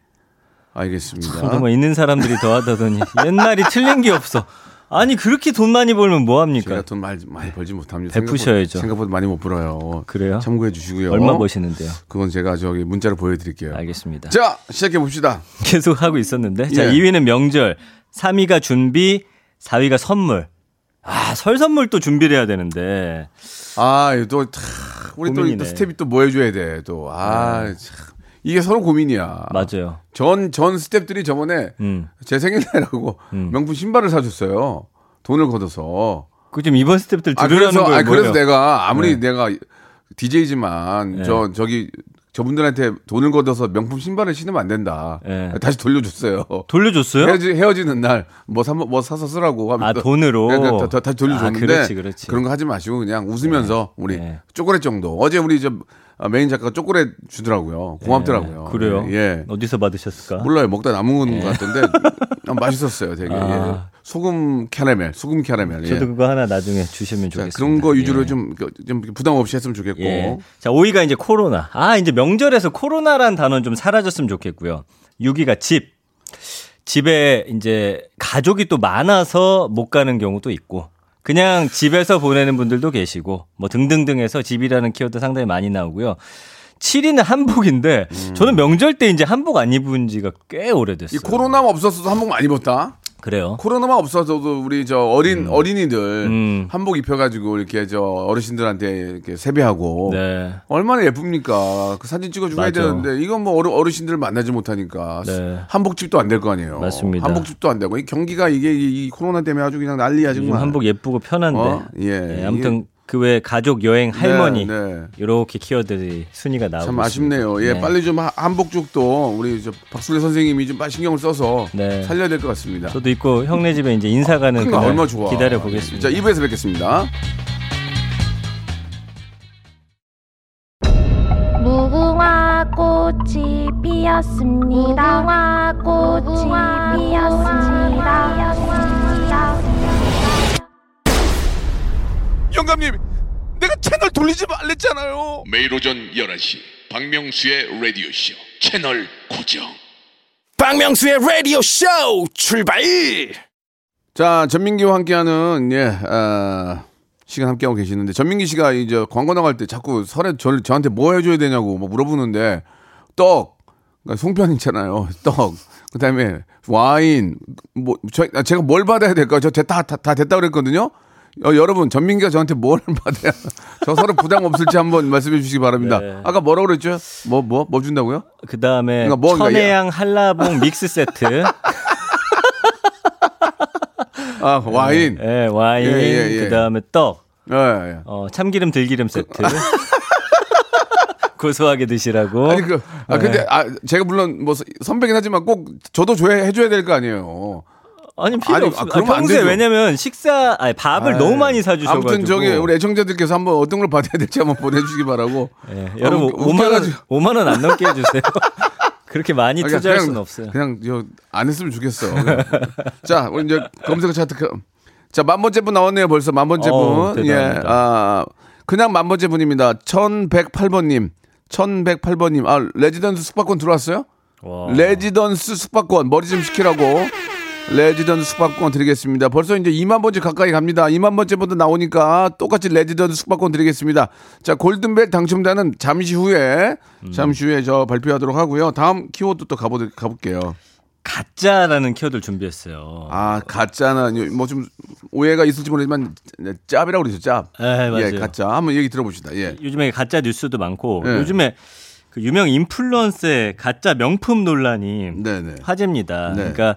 Speaker 1: 알겠습니다.
Speaker 7: 근데 뭐 있는 사람들이 더 하다더니 옛날이 틀린 게 없어. 아니 그렇게 돈 많이 벌면 뭐
Speaker 1: 제가
Speaker 7: 합니까?
Speaker 1: 돈 많이, 많이 벌지 못합니다. 생각보다,
Speaker 7: 베푸셔야죠.
Speaker 1: 생각보다 많이 못 벌어요.
Speaker 7: 그래요?
Speaker 1: 참고해 주시고요.
Speaker 7: 얼마 버시는데요?
Speaker 1: 그건 제가 저기 문자로 보여드릴게요.
Speaker 7: 알겠습니다.
Speaker 1: 자 시작해 봅시다.
Speaker 7: 계속 하고 있었는데 자
Speaker 1: 예.
Speaker 7: 2위는 명절, 3위가 준비, 4위가 선물. 아 설 선물 또 준비를 해야 되는데
Speaker 1: 아또 우리 또,
Speaker 7: 고민이네. 네.
Speaker 1: 또 스텝이 또 뭐 해줘야 돼. 또아 참. 이게 서로 고민이야.
Speaker 7: 맞아요.
Speaker 1: 전, 전 스탭들이 저번에
Speaker 7: 음.
Speaker 1: 제 생일날하고 명품 신발을 사줬어요. 돈을 걷어서.
Speaker 7: 그 좀 이번 스텝들
Speaker 1: 아,
Speaker 7: 들으라는
Speaker 1: 그래서,
Speaker 7: 거예요.
Speaker 1: 아, 그래서 내가 아무리
Speaker 7: 네.
Speaker 1: 내가 DJ지만 저, 저기 저분들한테 돈을 걷어서 명품 신발을 신으면 안 된다.
Speaker 7: 네.
Speaker 1: 다시 돌려줬어요.
Speaker 7: 돌려줬어요?
Speaker 1: 헤어지, 헤어지는 날 뭐 사, 뭐 사서 쓰라고 하면
Speaker 7: 아,
Speaker 1: 또-
Speaker 7: 돈으로?
Speaker 1: 그냥 다, 다, 다 돌려줬는데
Speaker 7: 아, 그렇지, 그렇지.
Speaker 1: 런거 하지 마시고 그냥 웃으면서 우리
Speaker 7: 네.
Speaker 1: 초콜릿 정도 어제 우리 저 아, 메인 작가가 초콜릿 주더라고요 고맙더라고요
Speaker 7: 예, 그래요?
Speaker 1: 예.
Speaker 7: 어디서 받으셨을까?
Speaker 1: 몰라요. 먹다 남은 것 같던데 아, 맛있었어요. 되게
Speaker 7: 아.
Speaker 1: 예. 소금 캐러멜, 소금 캐러멜. 예.
Speaker 7: 저도 그거 하나 나중에 주시면
Speaker 1: 자,
Speaker 7: 좋겠습니다.
Speaker 1: 그런 거 위주로
Speaker 7: 예.
Speaker 1: 좀, 그, 좀 부담 없이 했으면 좋겠고.
Speaker 7: 예. 자, 5위가 이제 코로나. 아, 이제 명절에서 코로나란 단어는 좀 사라졌으면 좋겠고요. 6위가 집. 집에 이제 가족이 또 많아서 못 가는 경우도 있고. 그냥 집에서 보내는 분들도 계시고 뭐 등등등해서 집이라는 키워드 상당히 많이 나오고요. 7위는 한복인데 저는 명절 때 이제 한복 안 입은 지가 꽤
Speaker 1: 음.
Speaker 7: 오래됐어요.
Speaker 1: 이 코로나만 없었어도 한복 많이 입었다.
Speaker 7: 그래요.
Speaker 1: 코로나만 없었어도 우리 저 어린 어린이들
Speaker 7: 음.
Speaker 1: 한복 입혀가지고 이렇게 저 어르신들한테 이렇게 세배하고
Speaker 7: 네.
Speaker 1: 얼마나 예쁩니까? 그 사진 찍어주고 해야
Speaker 7: 맞아.
Speaker 1: 되는데 이건 뭐 어르, 어르신들 만나지 못하니까
Speaker 7: 네.
Speaker 1: 한복집도 안 될 거 아니에요.
Speaker 7: 맞습니다.
Speaker 1: 한복집도 안 되고 이 경기가 이게 이 코로나 때문에 아주 그냥 난리야
Speaker 7: 요즘
Speaker 1: 정말.
Speaker 7: 한복 예쁘고 편한데.
Speaker 1: 어? 예.
Speaker 7: 예, 아무튼 그 외 가족 여행 할머니
Speaker 1: 네, 네.
Speaker 7: 이렇게 키워드들이 순위가 나오고
Speaker 1: 참
Speaker 7: 있습니다.
Speaker 1: 아쉽네요. 예,
Speaker 7: 네.
Speaker 1: 빨리 좀 하- 한복 쪽도 우리 저 박술래 선생님이 좀 빨리 신경을 써서
Speaker 7: 네.
Speaker 1: 살려야 될 것 같습니다.
Speaker 7: 저도 있고 형네 집에 이제 인사 가는
Speaker 1: 큰거
Speaker 7: 그날
Speaker 1: 그러니까 얼마 좋아.
Speaker 7: 기다려 보겠습니다.
Speaker 1: 자, 2부에서 뵙겠습니다.
Speaker 8: 무궁화 꽃이 피었습니다. 무궁화 꽃이 피었습니다.
Speaker 2: 영감님, 내가 채널 돌리지 말랬잖아요.
Speaker 9: 매일 오전 11시 박명수의 라디오쇼 채널 고정
Speaker 5: 박명수의 라디오 쇼 출발!
Speaker 1: 자, 전민기와 함께하는 예, 아, 시간 함께하고 계시는데 전민기 씨가 이제 광고 나갈 때 자꾸 설에 저, 저한테 뭐 해줘야 되냐고 막 물어보는데 떡, 그러니까 송편 있잖아요. 떡. 그다음에 와인 뭐 저, 아, 제가 뭘 받아야 될까요? 저 됐다 다, 다 됐다 그랬거든요. 어, 여러분 전민기가 저한테 뭘 받아야 저 서로 부담 없을지 한번 말씀해 주시기 바랍니다.
Speaker 7: 네.
Speaker 1: 아까 뭐라고 그랬죠? 뭐 뭐 뭐 준다고요?
Speaker 7: 그 다음에
Speaker 1: 그러니까 뭐, 그러니까
Speaker 7: 천혜향 한라봉 믹스 세트,
Speaker 1: 아 와인. 예.
Speaker 7: 예, 와인,
Speaker 1: 예, 예, 그 예.
Speaker 7: 그 다음에 떡,
Speaker 1: 예.
Speaker 7: 어, 참기름 들기름 세트. 고소하게 드시라고.
Speaker 1: 아니 그, 아
Speaker 7: 네.
Speaker 1: 근데 아 제가 물론 뭐 서- 선배긴 하지만 꼭 저도 줘야 해줘야 될 거 아니에요.
Speaker 7: 아니, 필요
Speaker 1: 아니, 아,
Speaker 7: 없어. 아,
Speaker 1: 그러면 안
Speaker 7: 평소에
Speaker 1: 되죠.
Speaker 7: 왜냐면 식사 아니, 밥을 너무 많이 사주셔가지고.
Speaker 1: 아무튼 저기 우리 애청자들께서 한번 어떤 걸 받아야 될지 한번 보내주시기 바라고.
Speaker 7: 예,
Speaker 1: 아,
Speaker 7: 여러분
Speaker 1: 웃-
Speaker 7: 5만 원
Speaker 1: 웃겨가지고.
Speaker 7: 5만 원 안 넘게 해주세요. 그렇게 많이
Speaker 1: 아, 그냥-
Speaker 7: 투자할
Speaker 1: 그냥-
Speaker 7: 수는 없어요.
Speaker 1: 그냥 저안 했으면 좋겠어. 그냥. 자, 우리 이제 검색어 차트. 그- 자, 만 번째 분 나왔네요. 벌써 만 번째 분.
Speaker 7: 어우,
Speaker 1: 예,
Speaker 7: 대단합니다.
Speaker 1: 아 그냥 만 번째 분입니다. 1108번님, 1108번님. 아 레지던스 숙박권 들어왔어요?
Speaker 7: 와.
Speaker 1: 레지던스 숙박권 머리 좀 식히라고
Speaker 2: 레지던트 숙박권 드리겠습니다. 벌써 이제 2만 번째 가까이 갑니다. 2만 번째부터 나오니까 똑같이 레지던트 숙박권 드리겠습니다. 자, 골든벨 당첨자는 잠시 후에
Speaker 7: 음.
Speaker 2: 잠시 후에 저 발표하도록 하고요. 다음 키워드 또 가보 가볼게요.
Speaker 7: 가짜라는 키워드를 준비했어요.
Speaker 2: 아, 가짜는 뭐 좀 오해가 있을지 모르지만 네, 짭이라고 그러죠. 짭.
Speaker 7: 네, 맞아요.
Speaker 2: 예, 가짜. 한번 얘기 들어봅시다. 예.
Speaker 7: 요즘에 가짜 뉴스도 많고
Speaker 2: 예.
Speaker 7: 요즘에 그 유명 인플루언서의 가짜 명품 논란이
Speaker 2: 네, 네.
Speaker 7: 화제입니다.
Speaker 2: 네.
Speaker 7: 그러니까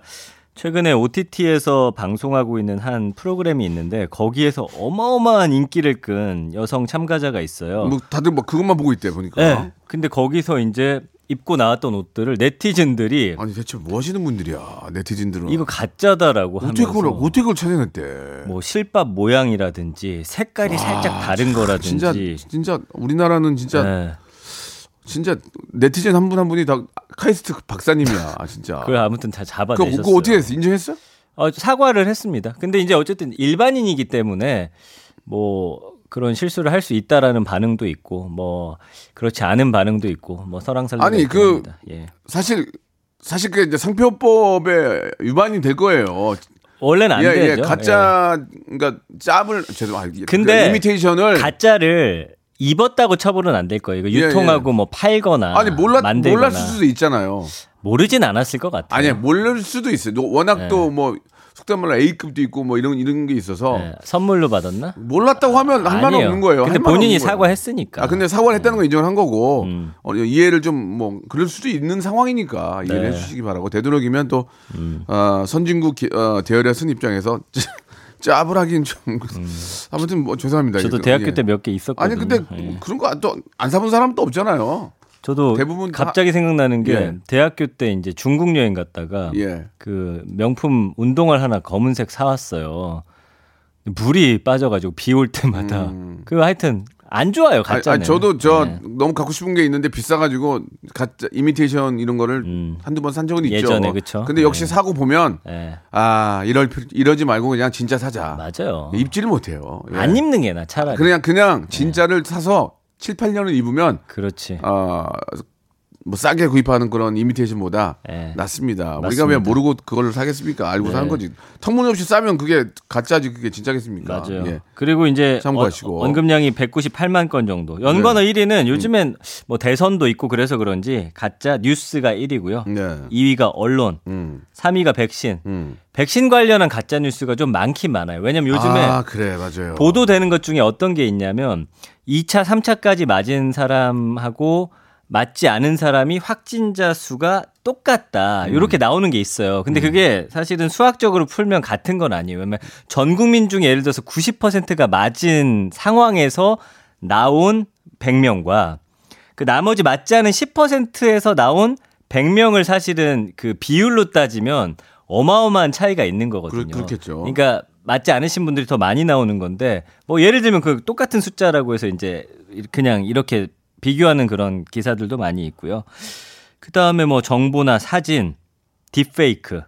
Speaker 7: 최근에 OTT에서 방송하고 있는 한 프로그램이 있는데 거기에서 어마어마한 인기를 끈 여성 참가자가 있어요.
Speaker 2: 뭐 다들 뭐 그것만 보고 있대 보니까.
Speaker 7: 네. 근데 거기서 이제 입고 나왔던 옷들을 네티즌들이
Speaker 2: 아니 대체 뭐 하시는 분들이야 네티즌들은
Speaker 7: 이거 가짜다라고
Speaker 2: 어떻게
Speaker 7: 하면서
Speaker 2: 그걸 어떻게 그걸 찾아냈대
Speaker 7: 뭐 실밥 모양이라든지 색깔이 살짝 다른 거라든지
Speaker 2: 아, 진짜 진짜 우리나라는 진짜
Speaker 7: 네.
Speaker 2: 진짜 네티즌 한 분 한 분이 다 카이스트 박사님이야 진짜
Speaker 7: 그걸 아무튼 다
Speaker 2: 그거
Speaker 7: 잡아내셨어요.
Speaker 2: 그러니까 그거 어떻게 했어 인정했어
Speaker 7: 어, 사과를 했습니다. 근데 이제 어쨌든 일반인이기 때문에 뭐 그런 실수를 할 수 있다라는 반응도 있고 뭐 그렇지 않은 반응도 있고 뭐 설왕설래가
Speaker 2: 아니,
Speaker 7: 있긴
Speaker 2: 그-
Speaker 7: 합니다. 예.
Speaker 2: 사실 사실 그게 이제 상표법에 위반이 될 거예요
Speaker 7: 원래는 안
Speaker 2: 예,
Speaker 7: 되죠.
Speaker 2: 예, 가짜 그러니까 짭을 죄송 아
Speaker 7: 근데 예.
Speaker 2: 이미테이션을
Speaker 7: 가짜를 입었다고 처벌은 안 될 거예요. 이거
Speaker 2: 예, 예.
Speaker 7: 유통하고 뭐 팔거나
Speaker 2: 아니 몰랐
Speaker 7: 만들거나 네.
Speaker 2: 몰랐을 수도 있잖아요
Speaker 7: 모르진 않았을 것 같아요.
Speaker 2: 아니 모를 수도 있어요 워낙
Speaker 7: 예.
Speaker 2: 또 뭐 속된 말로 A급도 있고 뭐 이런 이런 게 있어서
Speaker 7: 예, 선물로 받았나?
Speaker 2: 몰랐다고 하면 할 말은
Speaker 7: 아니에요.
Speaker 2: 없는 거예요.
Speaker 7: 근데
Speaker 2: 할 말은
Speaker 7: 본인이
Speaker 2: 없는 거예요.
Speaker 7: 사과했으니까.
Speaker 2: 아 근데 사과를 했다는 건 인정을 한 거고
Speaker 7: 음.
Speaker 2: 어, 이해를 좀 뭐 그럴 수도 있는 상황이니까 이해를
Speaker 7: 네. 음.
Speaker 2: 해주시기 바라고 되도록이면 또 어, 선진국 기- 어, 대열에 쓴 입장에서 짭을 하긴 좀 아무튼 뭐 죄송합니다.
Speaker 7: 음. 저도
Speaker 2: 이거.
Speaker 7: 대학교
Speaker 2: 예.
Speaker 7: 때 몇 개 있었거든요.
Speaker 2: 아니 근데
Speaker 7: 예.
Speaker 2: 그런 거 또 안 사본 사람도 없잖아요.
Speaker 7: 저도
Speaker 2: 대부분 다-
Speaker 7: 갑자기 생각나는 게
Speaker 2: 예.
Speaker 7: 대학교 때 이제 중국 여행 갔다가
Speaker 2: 예.
Speaker 7: 그 명품 운동화를 하나 검은색 사왔어요. 물이 빠져가지고 비 올 때마다 그 하여튼 안 좋아요
Speaker 2: 음. 아니,
Speaker 7: 가짜는.
Speaker 2: 아니, 저도 저
Speaker 7: 네.
Speaker 2: 너무 갖고 싶은 게 있는데 비싸가지고 가짜 이미테이션 이런 거를
Speaker 7: 음.
Speaker 2: 한두 번 산 적은 있죠.
Speaker 7: 예전에, 그쵸?
Speaker 2: 근데 역시
Speaker 7: 네.
Speaker 2: 사고 보면
Speaker 7: 예,
Speaker 2: 아 이럴 필요- 이러지 말고 그냥 진짜 사자.
Speaker 7: 맞아요.
Speaker 2: 입지를 못해요. 예.
Speaker 7: 안 입는 게 나 차라리. 네.
Speaker 2: 그냥 그냥 진짜를 사서 7, 8년을 입으면
Speaker 7: 그렇지.
Speaker 2: 아 뭐 싸게 구입하는 그런 이미테이션보다
Speaker 7: 네.
Speaker 2: 낫습니다.
Speaker 7: 맞습니다. 네.
Speaker 2: 우리가 왜 모르고 그걸 사겠습니까? 알고 사는 거지. 터무니없이 싸면 그게 가짜지 그게 진짜겠습니까?
Speaker 7: 맞아요.
Speaker 2: 예.
Speaker 7: 그리고 이제
Speaker 2: 참고하시고. 네. 음.
Speaker 7: 어- 언급량이 198만 건 정도. 연관어 1위는 요즘엔 뭐 대선도 있고 그래서 그런지 가짜 뉴스가 1위고요.
Speaker 2: 네.
Speaker 7: 2위가 언론,
Speaker 2: 음.
Speaker 7: 3위가 백신.
Speaker 2: 음.
Speaker 7: 백신 관련한 가짜 뉴스가 좀 많긴 많아요. 왜냐면 요즘에
Speaker 2: 아 그래 맞아요.
Speaker 7: 보도되는 것 중에 어떤 게 있냐면 2차, 3차까지 맞은 사람하고 맞지 않은 사람이 확진자 수가 똑같다.
Speaker 2: 음.
Speaker 7: 이렇게 나오는 게 있어요. 근데 그게 사실은 수학적으로 풀면 같은 건 아니에요. 왜냐면 전 국민 중에 예를 들어서 90%가 맞은 상황에서 나온 100명과 그 나머지 맞지 않은 10%에서 나온 100명을 사실은 그 비율로 따지면 어마어마한 차이가 있는 거거든요.
Speaker 2: 그렇- 그렇겠죠.
Speaker 7: 그러니까 맞지 않으신 분들이 더 많이 나오는 건데 뭐 예를 들면 그 똑같은 숫자라고 해서 이제 그냥 이렇게 비교하는 그런 기사들도 많이 있고요. 그다음에 뭐 정보나 사진, 딥페이크.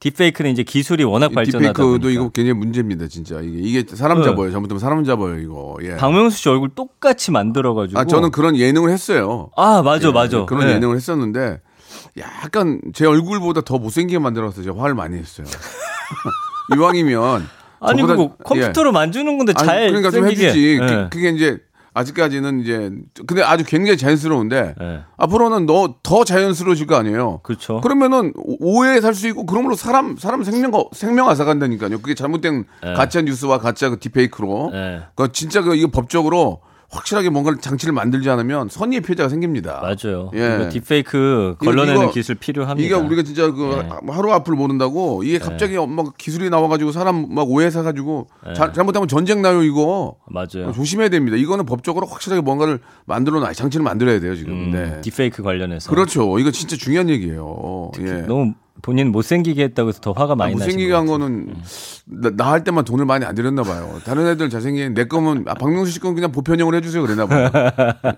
Speaker 7: 딥페이크는 이제 기술이 워낙
Speaker 2: 이
Speaker 7: 발전하다
Speaker 2: 딥페이크도
Speaker 7: 보니까
Speaker 2: 이거 굉장히 문제입니다 진짜 이게, 이게 사람
Speaker 7: 네.
Speaker 2: 잡아요. 잘못하면 사람 잡아요 이거. 예.
Speaker 7: 박명수 씨 얼굴 똑같이 만들어 가지고
Speaker 2: 아 저는 그런 예능을 했어요.
Speaker 7: 아, 맞아
Speaker 2: 예,
Speaker 7: 맞아.
Speaker 2: 그런
Speaker 7: 네.
Speaker 2: 예능을 했었는데 약간 제 얼굴보다 더 못생기게 만들어서 제가 화를 많이 했어요. 이왕이면
Speaker 7: 아니
Speaker 2: 저보다-
Speaker 7: 그거 컴퓨터로 만지는 건데
Speaker 2: 예.
Speaker 7: 잘
Speaker 2: 아니, 그러니까 좀
Speaker 7: 생기게.
Speaker 2: 해주지.
Speaker 7: 예.
Speaker 2: 그, 게 이제 아직까지는 이제 근데 아주 굉장히 자연스러운데
Speaker 7: 예.
Speaker 2: 앞으로는 너 더 자연스러워질 거 아니에요.
Speaker 7: 그렇죠.
Speaker 2: 그러면은 오- 오해에 살 수 있고 그러므로 사람 사람 생명 생명 앗아간다니까요. 그게 잘못된 가짜 뉴스와 가짜 그 딥페이크로
Speaker 7: 예.
Speaker 2: 그 진짜 그 이거 법적으로 확실하게 뭔가 장치를 만들지 않으면 선의의 피해자가 생깁니다.
Speaker 7: 맞아요.
Speaker 2: 예.
Speaker 7: 이거 딥페이크
Speaker 2: 이거-
Speaker 7: 걸러내는
Speaker 2: 이거-
Speaker 7: 기술 필요합니다.
Speaker 2: 이게 우리가 진짜 그
Speaker 7: 예.
Speaker 2: 하루 앞을 모른다고 이게 갑자기 막 기술이 나와가지고 사람 막 오해 사가지고 자- 잘못하면 전쟁 나요 이거
Speaker 7: 예. 맞아요.
Speaker 2: 조심해야 됩니다. 이거는 법적으로 확실하게 뭔가를 만들어 놔 장치를 만들어야 돼요 지금.
Speaker 7: 음,
Speaker 2: 네.
Speaker 7: 딥페이크 관련해서
Speaker 2: 그렇죠. 이거 진짜 중요한 얘기예요. 예.
Speaker 7: 너무 본인 못생기게 했다고 해서 더 화가 많이 나신
Speaker 2: 못생기게
Speaker 7: 것
Speaker 2: 한
Speaker 7: 같아요. 음.
Speaker 2: 거는 나 할 때만 돈을 많이 안 들였나 봐요. 다른 애들 잘생긴 내 거면 아, 박명수 씨 건 그냥 보편형으로 해주세요 그랬나 봐요.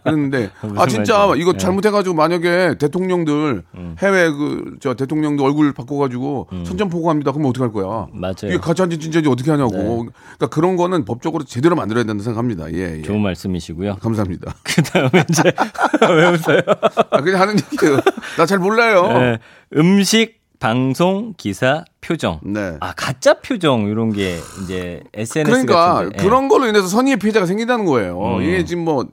Speaker 2: 그랬는데 아
Speaker 7: 무슨
Speaker 2: 진짜
Speaker 7: 말인지.
Speaker 2: 이거
Speaker 7: 예. 음.
Speaker 2: 잘못해가지고 만약에 대통령들 해외 그 저 대통령도 얼굴 바꿔가지고 선전포고합니다. 그러면 어떻게 할 거야?
Speaker 7: 맞아요. 네.
Speaker 2: 이게 가짜인지 진짜인지 어떻게 하냐고. 그러니까 그런 거는 법적으로 제대로 만들어야 된다는 생각합니다. 예. 예.
Speaker 7: 좋은 말씀이시고요.
Speaker 2: 감사합니다.
Speaker 7: 그다음에 이제 왜 웃어요? 네.
Speaker 2: 아, 그냥 하는 얘기예요. 나 잘 몰라요.
Speaker 7: 예, 음식 방송, 기사, 표정.
Speaker 2: 네.
Speaker 7: 아, 가짜 표정 이런 게 이제 SNS
Speaker 2: 그러니까
Speaker 7: 같은데. 예. 음.
Speaker 2: 그런 걸로 인해서 선의의 피해자가 생긴다는 거예요. 이게 지금 뭐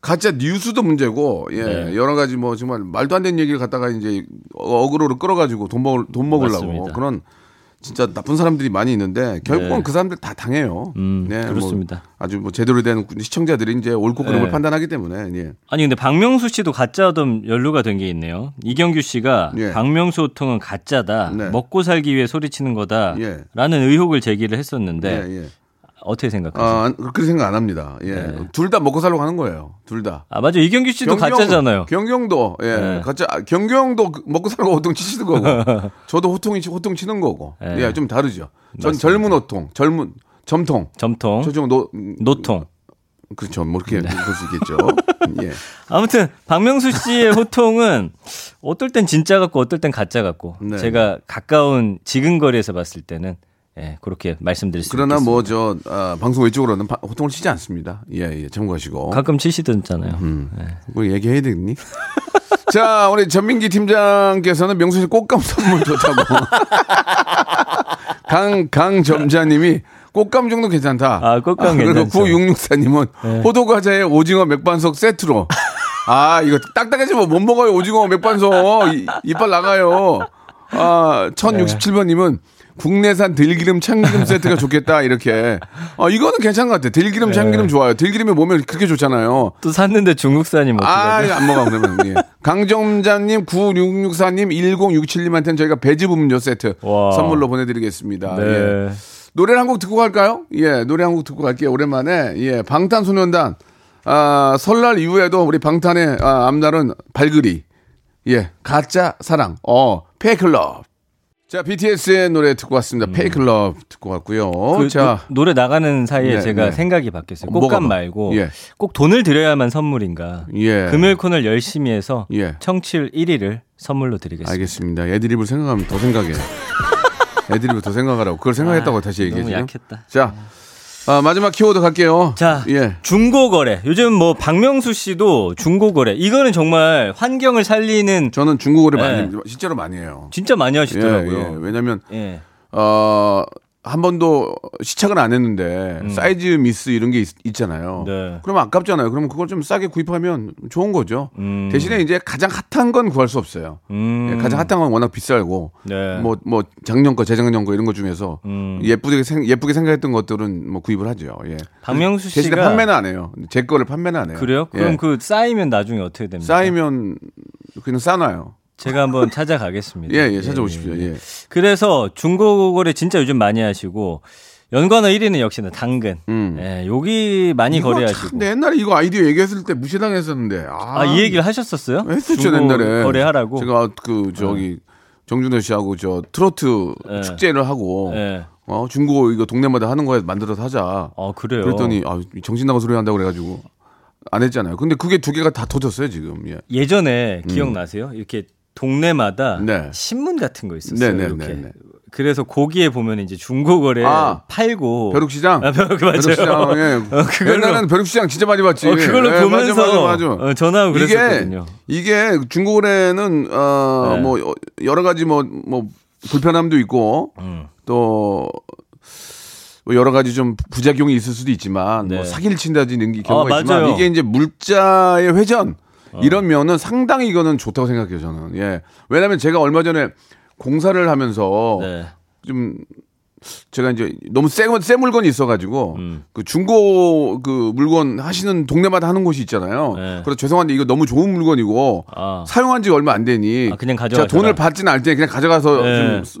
Speaker 2: 가짜 뉴스도 문제고 예
Speaker 7: 네.
Speaker 2: 여러 가지 뭐 정말 말도 안 되는 얘기를 갖다가 이제 어- 어그로를 끌어가지고 돈 먹을 돈 먹으려고
Speaker 7: 맞습니다.
Speaker 2: 그런 진짜 나쁜 사람들이 많이 있는데 결국은
Speaker 7: 네.
Speaker 2: 그 사람들 다 당해요.
Speaker 7: 음,
Speaker 2: 네, 뭐
Speaker 7: 그렇습니다.
Speaker 2: 아주 뭐 제대로 된 시청자들이 이제 옳고 그름을
Speaker 7: 네.
Speaker 2: 판단하기 때문에 예.
Speaker 7: 아니 근데 박명수 씨도 가짜덤 연루가 된 게 있네요. 이경규 씨가
Speaker 2: 예.
Speaker 7: 박명수 호통은 가짜다.
Speaker 2: 네.
Speaker 7: 먹고 살기 위해 소리치는 거다라는
Speaker 2: 예.
Speaker 7: 의혹을 제기를 했었는데
Speaker 2: 예, 예.
Speaker 7: 어떻게 생각하세요?
Speaker 2: 아, 안- 그렇게 생각 안 합니다. 예.
Speaker 7: 네.
Speaker 2: 둘 다 먹고 살려고 하는 거예요. 둘 다.
Speaker 7: 아, 맞아. 이경규 씨도 가짜잖아요.
Speaker 2: 경경도 예,
Speaker 7: 네.
Speaker 2: 가짜 아, 경경도 그- 먹고 살고 호통 치시는 거고. 저도 호통이 치- 호통 치는 거고.
Speaker 7: 네.
Speaker 2: 예, 좀 다르죠. 전 젊은 호통, 젊은 점통.
Speaker 7: 점통,
Speaker 2: 저쪽 노 음,
Speaker 7: 어? 노통. 네.
Speaker 2: 그렇죠. 뭐 이렇게 볼 수 있겠죠. 예.
Speaker 7: 아무튼 박명수 씨의 호통은 어떨 땐 진짜 같고 어떨 땐 가짜 같고
Speaker 2: 네.
Speaker 7: 제가 가까운 지근 거리에서 봤을 때는 예, 그렇게 말씀드릴 수
Speaker 2: 그러나
Speaker 7: 있겠습니다.
Speaker 2: 뭐 저 방송 외적으로는 바- 호통을 치지 않습니다. 예, 예. 참고하시고.
Speaker 7: 가끔 치시던잖아요.
Speaker 2: 뭐 얘기해야 되겠니? 자, 우리 전민기 팀장께서는 명수 씨 꽃감 선물 좋다고. 강, 강 점자님이 꽃감 정도 괜찮다.
Speaker 7: 아, 꽃감
Speaker 2: 그리고
Speaker 7: 괜찮죠. 네.
Speaker 2: 9664님은 호두과자에 오징어 맥반석 세트로. 아, 이거 딱딱해지면 못 먹어요, 오징어 맥반석. 이, 이빨 나가요. 아, 1067번님은 국내산 들기름 참기름 세트가 좋겠다, 이렇게. 아, 이거는 괜찮은 것 같아요. 들기름
Speaker 7: 네.
Speaker 2: 참기름 좋아요. 들기름이 몸에 그렇게 좋잖아요.
Speaker 7: 또 샀는데 중국산이 뭐
Speaker 2: 아, 안 먹어, 그러면. 예. 강정자님, 9664님, 1067님한테는 저희가 배즙 음료 세트
Speaker 7: 와.
Speaker 2: 선물로 보내드리겠습니다.
Speaker 7: 네.
Speaker 2: 예. 노래를 한 곡 듣고 갈까요? 예, 노래 한 곡 듣고 갈게요. 오랜만에. 예, 방탄소년단. 아, 설날 이후에도 우리 방탄의 아, 앞날은 발그리. 예, 가짜 사랑. 어, 페이클럽. 자, BTS의 노래 듣고 왔습니다. 페이클럽 듣고 왔고요.
Speaker 7: 음. 그
Speaker 2: 자.
Speaker 7: 노- 노래 나가는 사이에
Speaker 2: 어, 네,
Speaker 7: 제가
Speaker 2: 네.
Speaker 7: 생각이 바뀌었어요.
Speaker 2: 뭐가
Speaker 7: 꽃감
Speaker 2: 바-
Speaker 7: 말고
Speaker 2: 예.
Speaker 7: 꼭 돈을 드려야만 선물인가.
Speaker 2: 예.
Speaker 7: 금요일 코너를 열심히 해서
Speaker 2: 예.
Speaker 7: 청취율 1위를 선물로 드리겠습니다.
Speaker 2: 알겠습니다. 애드립을 생각하면 더 생각해. 애드립을 더 생각하라고. 그걸 생각했다고
Speaker 7: 아,
Speaker 2: 다시 얘기해
Speaker 7: 너무
Speaker 2: 주세요.
Speaker 7: 약했다.
Speaker 2: 자, 아, 마지막 키워드 갈게요.
Speaker 7: 자,
Speaker 2: 예.
Speaker 7: 중고거래. 요즘 뭐 박명수 씨도 중고거래. 이거는 정말 환경을 살리는
Speaker 2: 저는 중국어를
Speaker 7: 예.
Speaker 2: 많이, 실제로 많이 해요.
Speaker 7: 진짜 많이
Speaker 2: 예, 예.
Speaker 7: 하시더라고요.
Speaker 2: 왜냐면,
Speaker 7: 예.
Speaker 2: 어, 한 번도 시착은 안 했는데, 사이즈 미스 이런 게 있, 잖아요
Speaker 7: 음. 네.
Speaker 2: 그러면 아깝잖아요. 그러면 그걸 좀 싸게 구입하면 좋은 거죠.
Speaker 7: 음.
Speaker 2: 대신에 이제 가장 핫한 건 구할 수 없어요.
Speaker 7: 음.
Speaker 2: 예, 가장 핫한 건 워낙 비싸고
Speaker 7: 네.
Speaker 2: 뭐 뭐 작년 거 재작년 거 이런 거 중에서
Speaker 7: 음.
Speaker 2: 예쁘게 생, 예쁘게 생각했던 것들은 뭐 구입을 하죠. 예.
Speaker 7: 박명수
Speaker 2: 대신에
Speaker 7: 씨가-
Speaker 2: 판매는 안 해요. 제 거를 판매는 안 해요.
Speaker 7: 그래요?
Speaker 2: 예.
Speaker 7: 그럼 그 쌓이면 나중에 어떻게 됩니까?
Speaker 2: 쌓이면 그냥 싸놔요.
Speaker 7: 제가 한번 찾아가겠습니다.
Speaker 2: 예, 예, 찾아오십시오. 예.
Speaker 7: 그래서 중고거래 진짜 요즘 많이 하시고 연관어 1위는 역시나 당근.
Speaker 2: 음.
Speaker 7: 예, 여기 많이
Speaker 2: 이거 참,
Speaker 7: 거래하시고.
Speaker 2: 근데 옛날에 이거 아이디어 얘기했을 때 무시당했었는데.
Speaker 7: 아,
Speaker 2: 아,
Speaker 7: 이 얘기를 하셨었어요?
Speaker 2: 했었죠,
Speaker 7: 중고
Speaker 2: 옛날에.
Speaker 7: 거래하라고. 네.
Speaker 2: 제가 그 저기 정준호 씨하고 저 트로트
Speaker 7: 예.
Speaker 2: 축제를 하고
Speaker 7: 예.
Speaker 2: 어, 중고 이거 동네마다 하는 거에 만들어서 하자.
Speaker 7: 아, 그래요.
Speaker 2: 그랬더니 아, 정신 나간 소리 한다고 그래가지고 안 했잖아요. 근데 그게 두 개가 다 터졌어요 지금. 예.
Speaker 7: 예전에 기억나세요? 이렇게 동네마다
Speaker 2: 네.
Speaker 7: 신문 같은 거 있었어요.
Speaker 2: 네, 네,
Speaker 7: 이렇게.
Speaker 2: 네, 네.
Speaker 7: 그래서 거기에 보면 이제 중고거래
Speaker 2: 아,
Speaker 7: 팔고
Speaker 2: 벼룩시장.
Speaker 7: 아, 벼룩, 맞아요.
Speaker 2: 벼룩시장. 예.
Speaker 7: 어, 그걸로-
Speaker 2: 옛날에는 벼룩시장 진짜 많이 봤지.
Speaker 7: 어, 그걸로
Speaker 2: 예,
Speaker 7: 보면서
Speaker 2: 맞아, 맞아, 맞아.
Speaker 7: 어, 전화하고 그랬었거든요.
Speaker 2: 이게 중고거래는 어,
Speaker 7: 네.
Speaker 2: 뭐 여- 여러 가지 뭐 뭐 불편함도 있고
Speaker 7: 음.
Speaker 2: 또뭐 여러 가지 좀 부작용이 있을 수도 있지만
Speaker 7: 네.
Speaker 2: 뭐 사기를 친다든지 이런 경우가
Speaker 7: 아,
Speaker 2: 있지만
Speaker 7: 맞아요. 어.
Speaker 2: 이게 이제 물자의 회전 이러면은 상당히 이거는 좋다고 생각해요 저는. 예. 왜냐하면 제가 얼마 전에 공사를 하면서
Speaker 7: 네.
Speaker 2: 좀 제가 이제 너무 새, 새 물건이 있어가지고
Speaker 7: 음.
Speaker 2: 그 중고 그 물건 하시는 동네마다 하는 곳이 있잖아요.
Speaker 7: 네.
Speaker 2: 그래서 죄송한데 이거 너무 좋은 물건이고
Speaker 7: 아.
Speaker 2: 사용한 지 얼마 안 되니
Speaker 7: 아, 그냥
Speaker 2: 제가
Speaker 7: 가져가셔라.
Speaker 2: 돈을 받지는 않을 때 그냥 가져가서
Speaker 7: 네.
Speaker 2: 좀 쓰-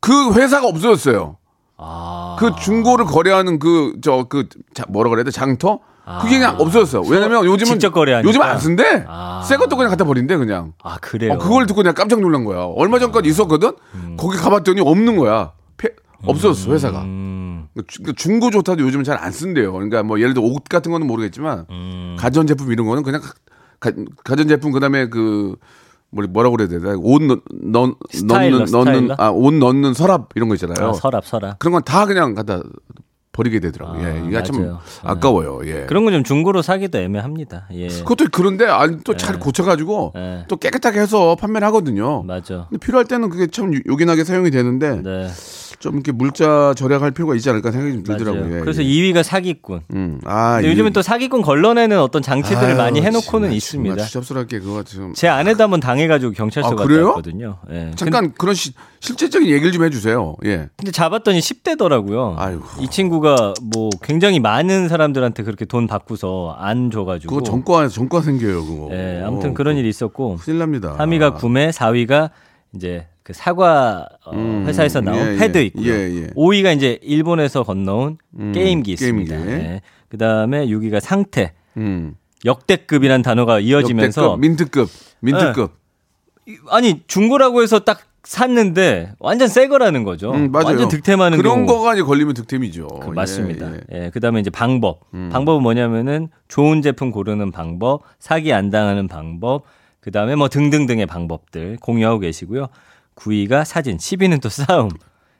Speaker 2: 그 회사가 없어졌어요.
Speaker 7: 아.
Speaker 2: 그 중고를 거래하는 그 저 그 뭐라 그래야 돼 장터 그게 그냥 없어졌어요. 왜냐면 요즘은
Speaker 7: 아. 직접 거래하니까.
Speaker 2: 요즘 안 쓴대.
Speaker 7: 아.
Speaker 2: 새 것도 그냥 갖다 버린대 그냥.
Speaker 7: 아, 그래요.
Speaker 2: 어, 그걸 듣고 내가 깜짝 놀란 거야. 얼마 전까지 있었거든. 거기 가봤더니 없는 거야. 폐- 없어졌어 회사가.
Speaker 7: 음.
Speaker 2: 주- 그 중고 좋다도 요즘은 잘 안 쓴대요. 그러니까 뭐 예를 들어 옷 같은 거는 모르겠지만
Speaker 7: 음.
Speaker 2: 가전 제품 이런 거는 그냥 가, 전 제품 그다음에 그 뭐라- 뭐라고 그래야 되나 옷 넣, 넣,
Speaker 7: 스타일러,
Speaker 2: 넣는 넣는
Speaker 7: 스타일러?
Speaker 2: 아 옷 넣는 서랍 이런 거 있잖아요.
Speaker 7: 아, 서랍 서랍.
Speaker 2: 그런 건 다 그냥 갖다
Speaker 1: 버리게 되더라고요.
Speaker 7: 아,
Speaker 1: 예, 이게 참
Speaker 7: 맞아요.
Speaker 1: 아까워요. 예.
Speaker 2: 네.
Speaker 7: 그런 건 좀 중고로 사기도 애매합니다. 예.
Speaker 1: 그것도 그런데 또 잘 고쳐가지고
Speaker 7: 예.
Speaker 1: 또 깨끗하게 해서 판매를 하거든요.
Speaker 7: 네. 맞아.
Speaker 1: 근데 필요할 때는 그게 참 요- 요긴하게 사용이 되는데
Speaker 7: 네.
Speaker 1: 좀 이렇게 물자 절약할 필요가 있지 않을까 생각이 좀 들더라고요.
Speaker 7: 맞아요.
Speaker 1: 예,
Speaker 7: 그래서
Speaker 1: 예.
Speaker 7: 2위가 사기꾼.
Speaker 1: 음, 아,
Speaker 7: 근데
Speaker 1: 이-
Speaker 7: 요즘은 또 사기꾼 걸러내는 어떤 장치들을
Speaker 1: 아유,
Speaker 7: 많이 해놓고는
Speaker 1: 정말,
Speaker 7: 있습니다.
Speaker 1: 정말 주접스럽게 그거 지금
Speaker 7: 제 아내도 한번 당해가지고 경찰서
Speaker 1: 아,
Speaker 7: 갔다
Speaker 1: 그래요?
Speaker 7: 왔거든요. 예.
Speaker 1: 잠깐 그런 시- 실제적인 얘기를 좀 해주세요. 예.
Speaker 7: 근데 잡았더니 10대더라고요.
Speaker 1: 아이고.
Speaker 7: 이 친구가 뭐 굉장히 많은 사람들한테 그렇게 돈 받고서 안 줘가지고.
Speaker 1: 그거 정과에서 정과 생겨요 그거. 어, 아.
Speaker 7: 예, 아무튼 그런 일이 있었고.
Speaker 1: 큰일 납니다.
Speaker 7: 3위가 구매, 4위가 이제 그 사과 어,
Speaker 1: 음,
Speaker 7: 회사에서 나온
Speaker 1: 예,
Speaker 7: 패드
Speaker 1: 예,
Speaker 7: 있고요.
Speaker 1: 예, 예.
Speaker 7: 5위가 이제 일본에서 건너온 게임기 있습니다.
Speaker 1: 게임기.
Speaker 7: 예. 그다음에 6위가 상태.
Speaker 1: 음.
Speaker 7: 역대급이란 단어가 이어지면서 예,
Speaker 1: 역대급, 민트급, 민트급.
Speaker 7: 아니 중고라고 해서 딱 샀는데 완전 새 거라는 거죠.
Speaker 1: 음, 맞아요.
Speaker 7: 어, 완전 득템하는
Speaker 1: 그런
Speaker 7: 경우.
Speaker 1: 거가 이제 걸리면 득템이죠.
Speaker 7: 그
Speaker 1: 예,
Speaker 7: 맞습니다.
Speaker 1: 예.
Speaker 7: 예, 그다음에 이제 방법. 방법은 뭐냐면은 좋은 제품 고르는 방법, 사기 안 당하는 방법, 그다음에 뭐 등등등의 방법들 공유하고 계시고요. 9위가 사진, 10위는 또 싸움.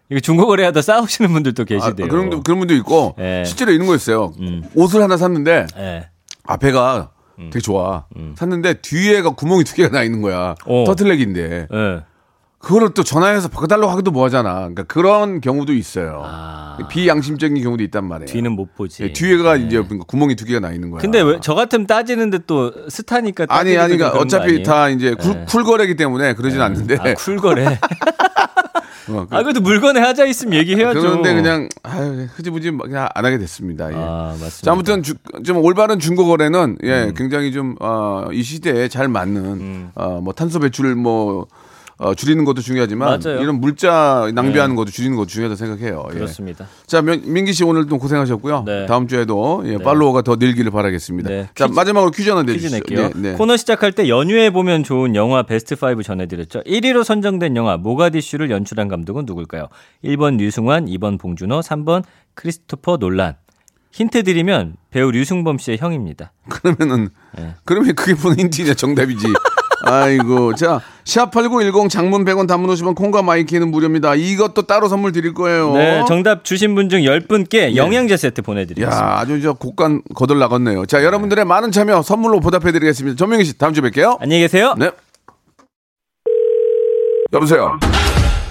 Speaker 7: 이거 중고 거래하다 싸우시는 분들도
Speaker 1: 아,
Speaker 7: 계시대요.
Speaker 1: 그런 분도- 그런 분도 있고
Speaker 7: 예. 음.
Speaker 1: 실제로 이런 거 있어요. 옷을 하나 샀는데
Speaker 7: 예.
Speaker 1: 앞에가
Speaker 7: 음.
Speaker 1: 되게 좋아. 샀는데 뒤에가 구멍이 두 개가 나 있는 거야.
Speaker 7: 어.
Speaker 1: 터틀넥인데
Speaker 7: 예.
Speaker 1: 그거를 또 전화해서 바꿔달라고 하기도 뭐하잖아. 그러니까 그런 경우도 있어요.
Speaker 7: 아.
Speaker 1: 비양심적인 경우도 있단 말이에요.
Speaker 7: 뒤는 못 보지.
Speaker 1: 예, 뒤에가 이제 그러니까 구멍이 두 개가 나 있는 거야.
Speaker 7: 근데 왜 저 같으면 따지는데 또 스타니까
Speaker 1: 아니
Speaker 7: 따지기도
Speaker 1: 아니
Speaker 7: 좀
Speaker 1: 그러니까
Speaker 7: 그런 거
Speaker 1: 어차피
Speaker 7: 아니에요? 네.
Speaker 1: 다 이제 쿨, 쿨거래기 때문에 그러진 않는데
Speaker 7: 아, 쿨거래.
Speaker 1: 네. 어, 그-
Speaker 7: 아, 그래도 물건에 하자 있으면 얘기해야죠.
Speaker 1: 그런데 그냥 아유, 흐지부지 막 그냥 안 하게 됐습니다. 예.
Speaker 7: 아, 맞습니다. 음.
Speaker 1: 자, 아무튼 주- 좀 올바른 중고 거래는 예, 굉장히 좀 어, 이 시대에 잘 맞는 어, 뭐 탄소 배출 뭐 어, 줄이는 것도 중요하지만
Speaker 7: 맞아요. 네.
Speaker 1: 이런 물자 낭비하는 것도 줄이는 것도 중요하다 고 생각해요. 예.
Speaker 7: 그렇습니다.
Speaker 1: 자, 명, 민기 씨 오늘도 고생하셨고요.
Speaker 7: 네.
Speaker 1: 다음 주에도 예, 팔로워가 더 늘기를 바라겠습니다.
Speaker 7: 네.
Speaker 1: 자,
Speaker 7: 퀴즈-
Speaker 1: 마지막으로 퀴즈 하나
Speaker 7: 퀴즈
Speaker 1: 내주시죠.
Speaker 7: 낼게요.
Speaker 1: 네, 네.
Speaker 7: 코너 시작할 때 연휴에 보면 좋은 영화 베스트 5 전해드렸죠. 1위로 선정된 영화 모가디슈를 연출한 감독은 누굴까요? 1번 류승환, 2번 봉준호, 3번 크리스토퍼 논란. 힌트 드리면 배우 류승범 씨의 형입니다.
Speaker 1: 그러면은 그러면 그게 보는 힌트냐 정답이지. 아이고 자 샵8910 장문 100원 단문 50원 콩과 마이키는 무료입니다. 이것도 따로 선물 드릴 거예요.
Speaker 7: 네, 정답 주신 분 중 10분께 영양제
Speaker 1: 네.
Speaker 7: 세트
Speaker 1: 야
Speaker 7: 보내드리겠습니다.
Speaker 1: 아주 저 곡간 거들 나갔네요. 자 여러분들의 많은 참여 선물로 보답해드리겠습니다. 전명희 씨 다음 주에 뵐게요.
Speaker 7: 안녕히 계세요.
Speaker 1: 네. 여보세요.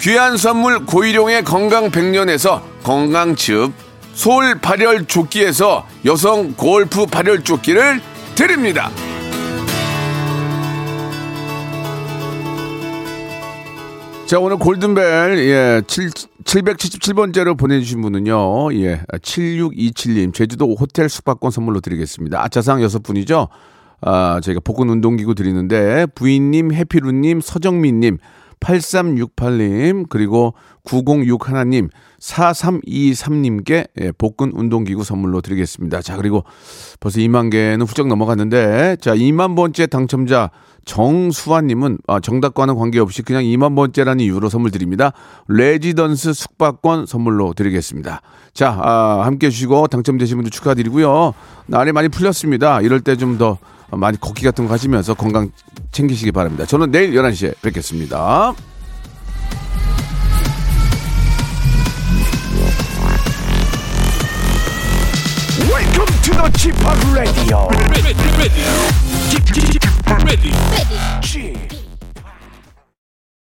Speaker 2: 귀한 선물 고일용의 건강 백년에서 건강즙 서울 발열 조끼에서 여성 골프 발열 조끼를 드립니다.
Speaker 1: 자, 오늘 골든벨, 예, 7, 777번째로 보내주신 분은요, 예, 7627님, 제주도 호텔 숙박권 선물로 드리겠습니다. 아차상 여섯 분이죠? 아, 저희가 복근 운동기구 드리는데, 부인님, 해피루님, 서정민님, 8368님, 그리고 906 하나님, 4323님께 예, 복근 운동기구 선물로 드리겠습니다. 자, 그리고 벌써 2만 개는 훌쩍 넘어갔는데, 자, 2만 번째 당첨자 정수환님은 아, 정답과는 관계없이 그냥 2만 번째라는 이유로 선물 드립니다. 레지던스 숙박권 선물로 드리겠습니다. 자, 아, 함께 해주시고 당첨되신 분들 축하드리고요. 날이 많이 풀렸습니다. 이럴 때 좀 더 많이 걷기 같은 거 하시면서 건강 챙기시기 바랍니다. 저는 내일 11시에 뵙겠습니다.
Speaker 3: Welcome to the Chip Radio. Ready, ready, ready. Chip, chip, chip, ready. Chip.